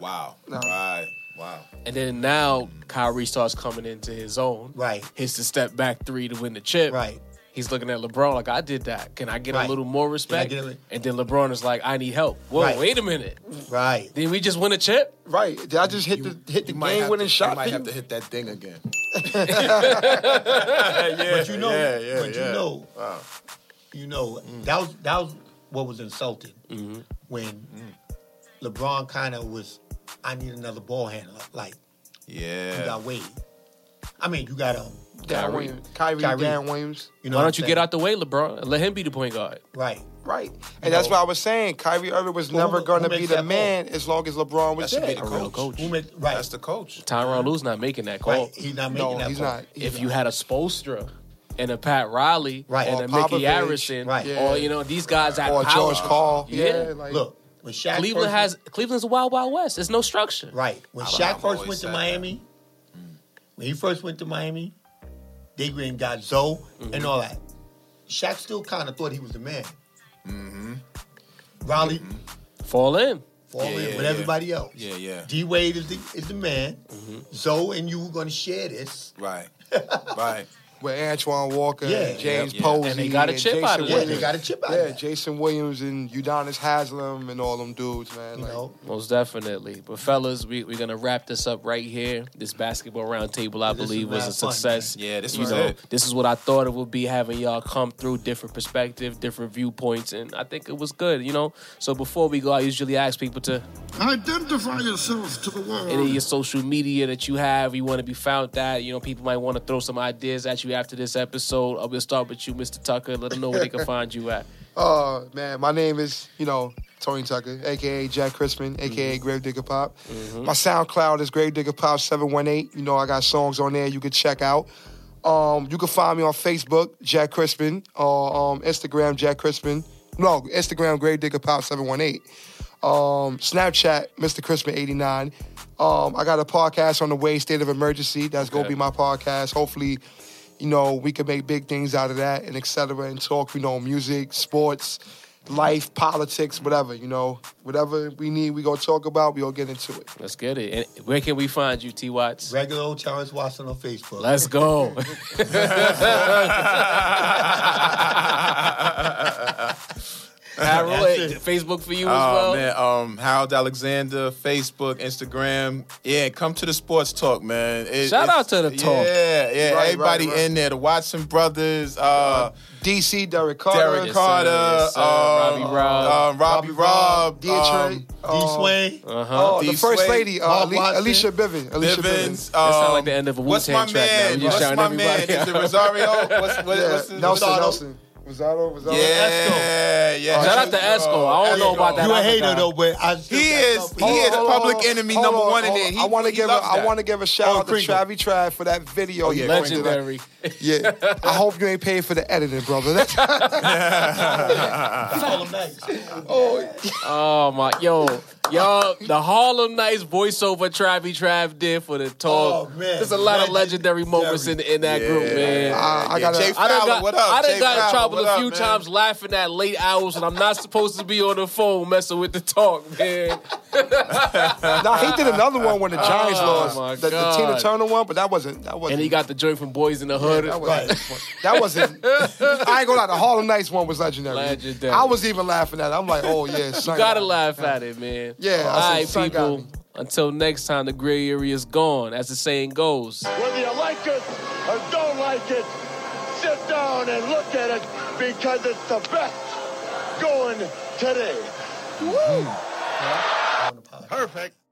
Speaker 4: Wow.
Speaker 3: No.
Speaker 4: Right. Wow.
Speaker 2: And then now Kyrie starts coming into his own.
Speaker 5: Right.
Speaker 2: Hits the step back three to win the chip.
Speaker 5: Right.
Speaker 2: He's looking at LeBron like, I did that. Can I get
Speaker 5: Right.
Speaker 2: a little more
Speaker 5: Can I
Speaker 2: respect?
Speaker 5: get a li-
Speaker 2: and then LeBron is like, I need help. Whoa,
Speaker 5: Right.
Speaker 2: wait a minute.
Speaker 5: Right.
Speaker 2: Did we just win a chip?
Speaker 3: Right. Did I just hit the hit the game winning shot?
Speaker 4: You might
Speaker 3: for
Speaker 4: have
Speaker 3: you?
Speaker 4: to hit that thing again.
Speaker 5: but you know,
Speaker 4: yeah, yeah,
Speaker 5: but
Speaker 4: yeah.
Speaker 5: you know, you know, that was that was what was insulting
Speaker 3: Mm-hmm.
Speaker 5: when
Speaker 3: Mm.
Speaker 5: LeBron kind of was, I need another ball handler. Like you
Speaker 4: Yeah.
Speaker 5: got Wade. I mean, you got um,
Speaker 3: Dan
Speaker 2: Kyrie.
Speaker 3: Williams. Kyrie,
Speaker 5: Kyrie.
Speaker 3: Dan Williams.
Speaker 5: you know.
Speaker 2: Why
Speaker 5: what
Speaker 2: don't
Speaker 5: I'm
Speaker 2: you get
Speaker 5: saying?
Speaker 2: out the way, LeBron? and Let him be the point guard.
Speaker 5: Right.
Speaker 3: Right. And that's
Speaker 5: know,
Speaker 3: why I was saying Kyrie Irving was
Speaker 5: who-
Speaker 3: never
Speaker 5: who
Speaker 3: going to
Speaker 5: makes
Speaker 3: be the
Speaker 5: that
Speaker 3: man as long as LeBron
Speaker 4: That
Speaker 3: was
Speaker 4: should be
Speaker 3: there.
Speaker 4: the
Speaker 2: A real
Speaker 4: coach.
Speaker 2: coach.
Speaker 5: Who made right?
Speaker 4: That's the coach.
Speaker 2: Tyronn Lue's not making that call.
Speaker 5: Uh-huh. right. He's not making
Speaker 3: No,
Speaker 5: that
Speaker 3: he's
Speaker 5: call.
Speaker 3: not. He's
Speaker 2: if
Speaker 3: not.
Speaker 2: you had a Spolstra and a Pat Riley
Speaker 5: Right.
Speaker 2: and
Speaker 5: Or
Speaker 2: a Mickey
Speaker 3: Popovich.
Speaker 2: Arison,
Speaker 5: Right.
Speaker 2: or you know these guys at
Speaker 3: or
Speaker 2: power.
Speaker 3: George Call. Yeah.
Speaker 2: Yeah.
Speaker 3: like,
Speaker 5: Look, when Shaq
Speaker 2: Cleveland
Speaker 5: first-
Speaker 2: has Cleveland's a wild wild west. It's no structure.
Speaker 5: right when
Speaker 4: I-
Speaker 5: Shaq
Speaker 4: I've
Speaker 5: first
Speaker 4: always
Speaker 5: went to
Speaker 4: said that. Mm.
Speaker 5: Miami. When he first went to Miami, they went and got Zoe
Speaker 2: Mm-hmm.
Speaker 5: and all that. Shaq still kind of thought he was the man. Mm-hmm. Raleigh,
Speaker 2: Fall in.
Speaker 5: fall
Speaker 4: Mm-hmm. Yeah,
Speaker 5: in
Speaker 4: yeah,
Speaker 5: with
Speaker 4: yeah.
Speaker 5: everybody else.
Speaker 4: Yeah, yeah.
Speaker 5: D Wade is the is the man.
Speaker 2: Mm-hmm.
Speaker 5: Zoe and you were gonna share this.
Speaker 4: Right. right.
Speaker 3: with Antoine Walker,
Speaker 5: Yeah.
Speaker 3: and James
Speaker 4: Yeah, yeah.
Speaker 3: Posey,
Speaker 2: And they got a chip
Speaker 3: Jason
Speaker 2: out of it.
Speaker 5: Yeah,
Speaker 3: Williams.
Speaker 5: they got a chip out
Speaker 3: Yeah,
Speaker 5: of that.
Speaker 3: Jason Williams and Udonis Haslam and all them dudes, man.
Speaker 5: you
Speaker 3: like,
Speaker 5: know,
Speaker 2: Most definitely. But fellas, we, we're gonna wrap this up right here. This basketball roundtable, I
Speaker 5: This was
Speaker 2: believe, was a
Speaker 5: mad fun,
Speaker 2: success.
Speaker 4: man. Yeah, this
Speaker 2: you
Speaker 4: was
Speaker 2: know,
Speaker 4: it.
Speaker 2: this is what I thought it would be having y'all come through different perspective, different viewpoints, and I think it was good, you know. So before we go, I usually ask people to
Speaker 7: Identify yourself to the world.
Speaker 2: any of your social media that you have, you want to be found at. You know, people might want to throw some ideas at you after this episode. I'm gonna start with you, Mr. Tucker. Let them know where they can find you at.
Speaker 3: Uh, man, my name is, you know, Tony Tucker, aka Jack Crispin,
Speaker 2: Mm-hmm.
Speaker 3: aka Grave Digger Pop. My SoundCloud is Grave Digger Pop 718. You know, I got songs on there you can check out. Um, you can find me on Facebook, Jack Crispin, or um, Instagram, Jack Crispin. No, Instagram, Grave Digger Pop 718. Um, Snapchat, Mr. Crispin 89. Um, I got a podcast on the way, State of Emergency. That's gonna
Speaker 2: Okay.
Speaker 3: be my podcast. Hopefully, you know, we can make big things out of that and et cetera and talk, you know, music, sports, life, politics, whatever, you know. Whatever we need, we gonna talk about, we gonna get into it.
Speaker 2: Let's get it. And where can we find you, T Watts?
Speaker 5: regular old Charles Watson on Facebook.
Speaker 2: Let's go. Harold,
Speaker 5: That's it.
Speaker 2: Facebook for you as
Speaker 4: Oh
Speaker 2: well.
Speaker 4: man, um, Harold Alexander, Facebook, Instagram, yeah. Come to the sports talk, man. It-
Speaker 2: Shout
Speaker 4: it's-
Speaker 2: out to the talk.
Speaker 4: Yeah, yeah.
Speaker 3: Right,
Speaker 4: Everybody
Speaker 3: right, Uh-huh. right.
Speaker 4: in there, the Watson brothers, uh,
Speaker 3: DC, Derek Carter, Uh,
Speaker 4: Derek
Speaker 2: Yes, sir,
Speaker 4: Carter,
Speaker 2: yes, sir.
Speaker 4: um,
Speaker 2: Robbie Robb.
Speaker 4: um, Robbie Robb,
Speaker 3: Detroit,
Speaker 4: um,
Speaker 5: D
Speaker 3: um,
Speaker 5: Sway.
Speaker 2: Uh-huh.
Speaker 3: oh,
Speaker 4: D.
Speaker 3: the first
Speaker 4: Sway,
Speaker 3: lady, uh,
Speaker 5: Bob
Speaker 3: Ali-
Speaker 5: Watson,
Speaker 3: Alicia Bivin. Alicia
Speaker 4: Bivens.
Speaker 2: That sound
Speaker 4: um,
Speaker 2: like the end of a
Speaker 4: What's
Speaker 2: Wu-Tang
Speaker 4: my
Speaker 2: track now.
Speaker 4: man?
Speaker 2: We just
Speaker 4: What's
Speaker 2: shouting
Speaker 4: my
Speaker 2: everybody
Speaker 4: man? Is it
Speaker 2: out.
Speaker 4: Rosario? What's, what,
Speaker 3: Yeah,
Speaker 4: what's his-
Speaker 3: Nelson,
Speaker 5: Rosado.
Speaker 3: Nelson. Rosado, Rosado.
Speaker 4: Yeah, yeah.
Speaker 2: Shout out to Esco. I don't know about that.
Speaker 5: You a
Speaker 2: other
Speaker 5: hater
Speaker 2: guy.
Speaker 5: though, but I still
Speaker 4: He
Speaker 5: got
Speaker 4: is.
Speaker 5: love for
Speaker 4: He
Speaker 5: you.
Speaker 4: is
Speaker 3: hold on,
Speaker 4: public
Speaker 3: hold on,
Speaker 4: enemy
Speaker 3: hold
Speaker 4: number
Speaker 3: on,
Speaker 4: one in
Speaker 3: hold
Speaker 4: there.
Speaker 3: on.
Speaker 4: He-
Speaker 3: I want to
Speaker 4: he
Speaker 3: give a,
Speaker 4: loves
Speaker 3: I
Speaker 4: that.
Speaker 3: want to give a shout
Speaker 5: Oh,
Speaker 3: out to
Speaker 5: Kringle.
Speaker 3: Travi Trav for that
Speaker 2: Oh,
Speaker 3: video. he put together.
Speaker 2: Legendary.
Speaker 3: Yeah. I hope you ain't paid for the editing, brother. That's
Speaker 5: I call him nice.
Speaker 2: Oh my yo. Yo, the Harlem Nights voiceover Travi Trav did for the talk.
Speaker 5: Oh, man.
Speaker 2: There's a lot of legendary moments in, in that group, man.
Speaker 3: I- I gotta-
Speaker 4: Jay
Speaker 2: I done
Speaker 4: Fowler,
Speaker 2: got,
Speaker 4: what up?
Speaker 2: I done
Speaker 4: Jay
Speaker 2: got in
Speaker 4: Fowler,
Speaker 2: trouble
Speaker 4: what
Speaker 2: a
Speaker 4: up,
Speaker 2: few
Speaker 4: man?
Speaker 2: times laughing at late hours when I'm not supposed to be on the phone messing with the talk, man.
Speaker 3: Now he did another one when the Giants
Speaker 2: Oh, my
Speaker 3: lost, the, the
Speaker 2: God.
Speaker 3: Tina Turner one, but that wasn't that wasn't.
Speaker 2: And he got the joint from Boys in the Hood.
Speaker 3: that wasn't. That wasn't I ain't gonna lie. The Harlem Nights one was legendary.
Speaker 2: Legendary.
Speaker 3: I was even laughing at. it. I'm like, oh yeah, son.
Speaker 2: you gotta laugh at it, man.
Speaker 3: Yeah, I
Speaker 2: All
Speaker 3: said,
Speaker 2: right,
Speaker 3: son got
Speaker 2: people. Until next time, the gray area is gone, as the saying goes.
Speaker 8: Whether you like it or don't like it, sit down and look at it because it's the best going today.
Speaker 5: On the podcast.
Speaker 8: Perfect.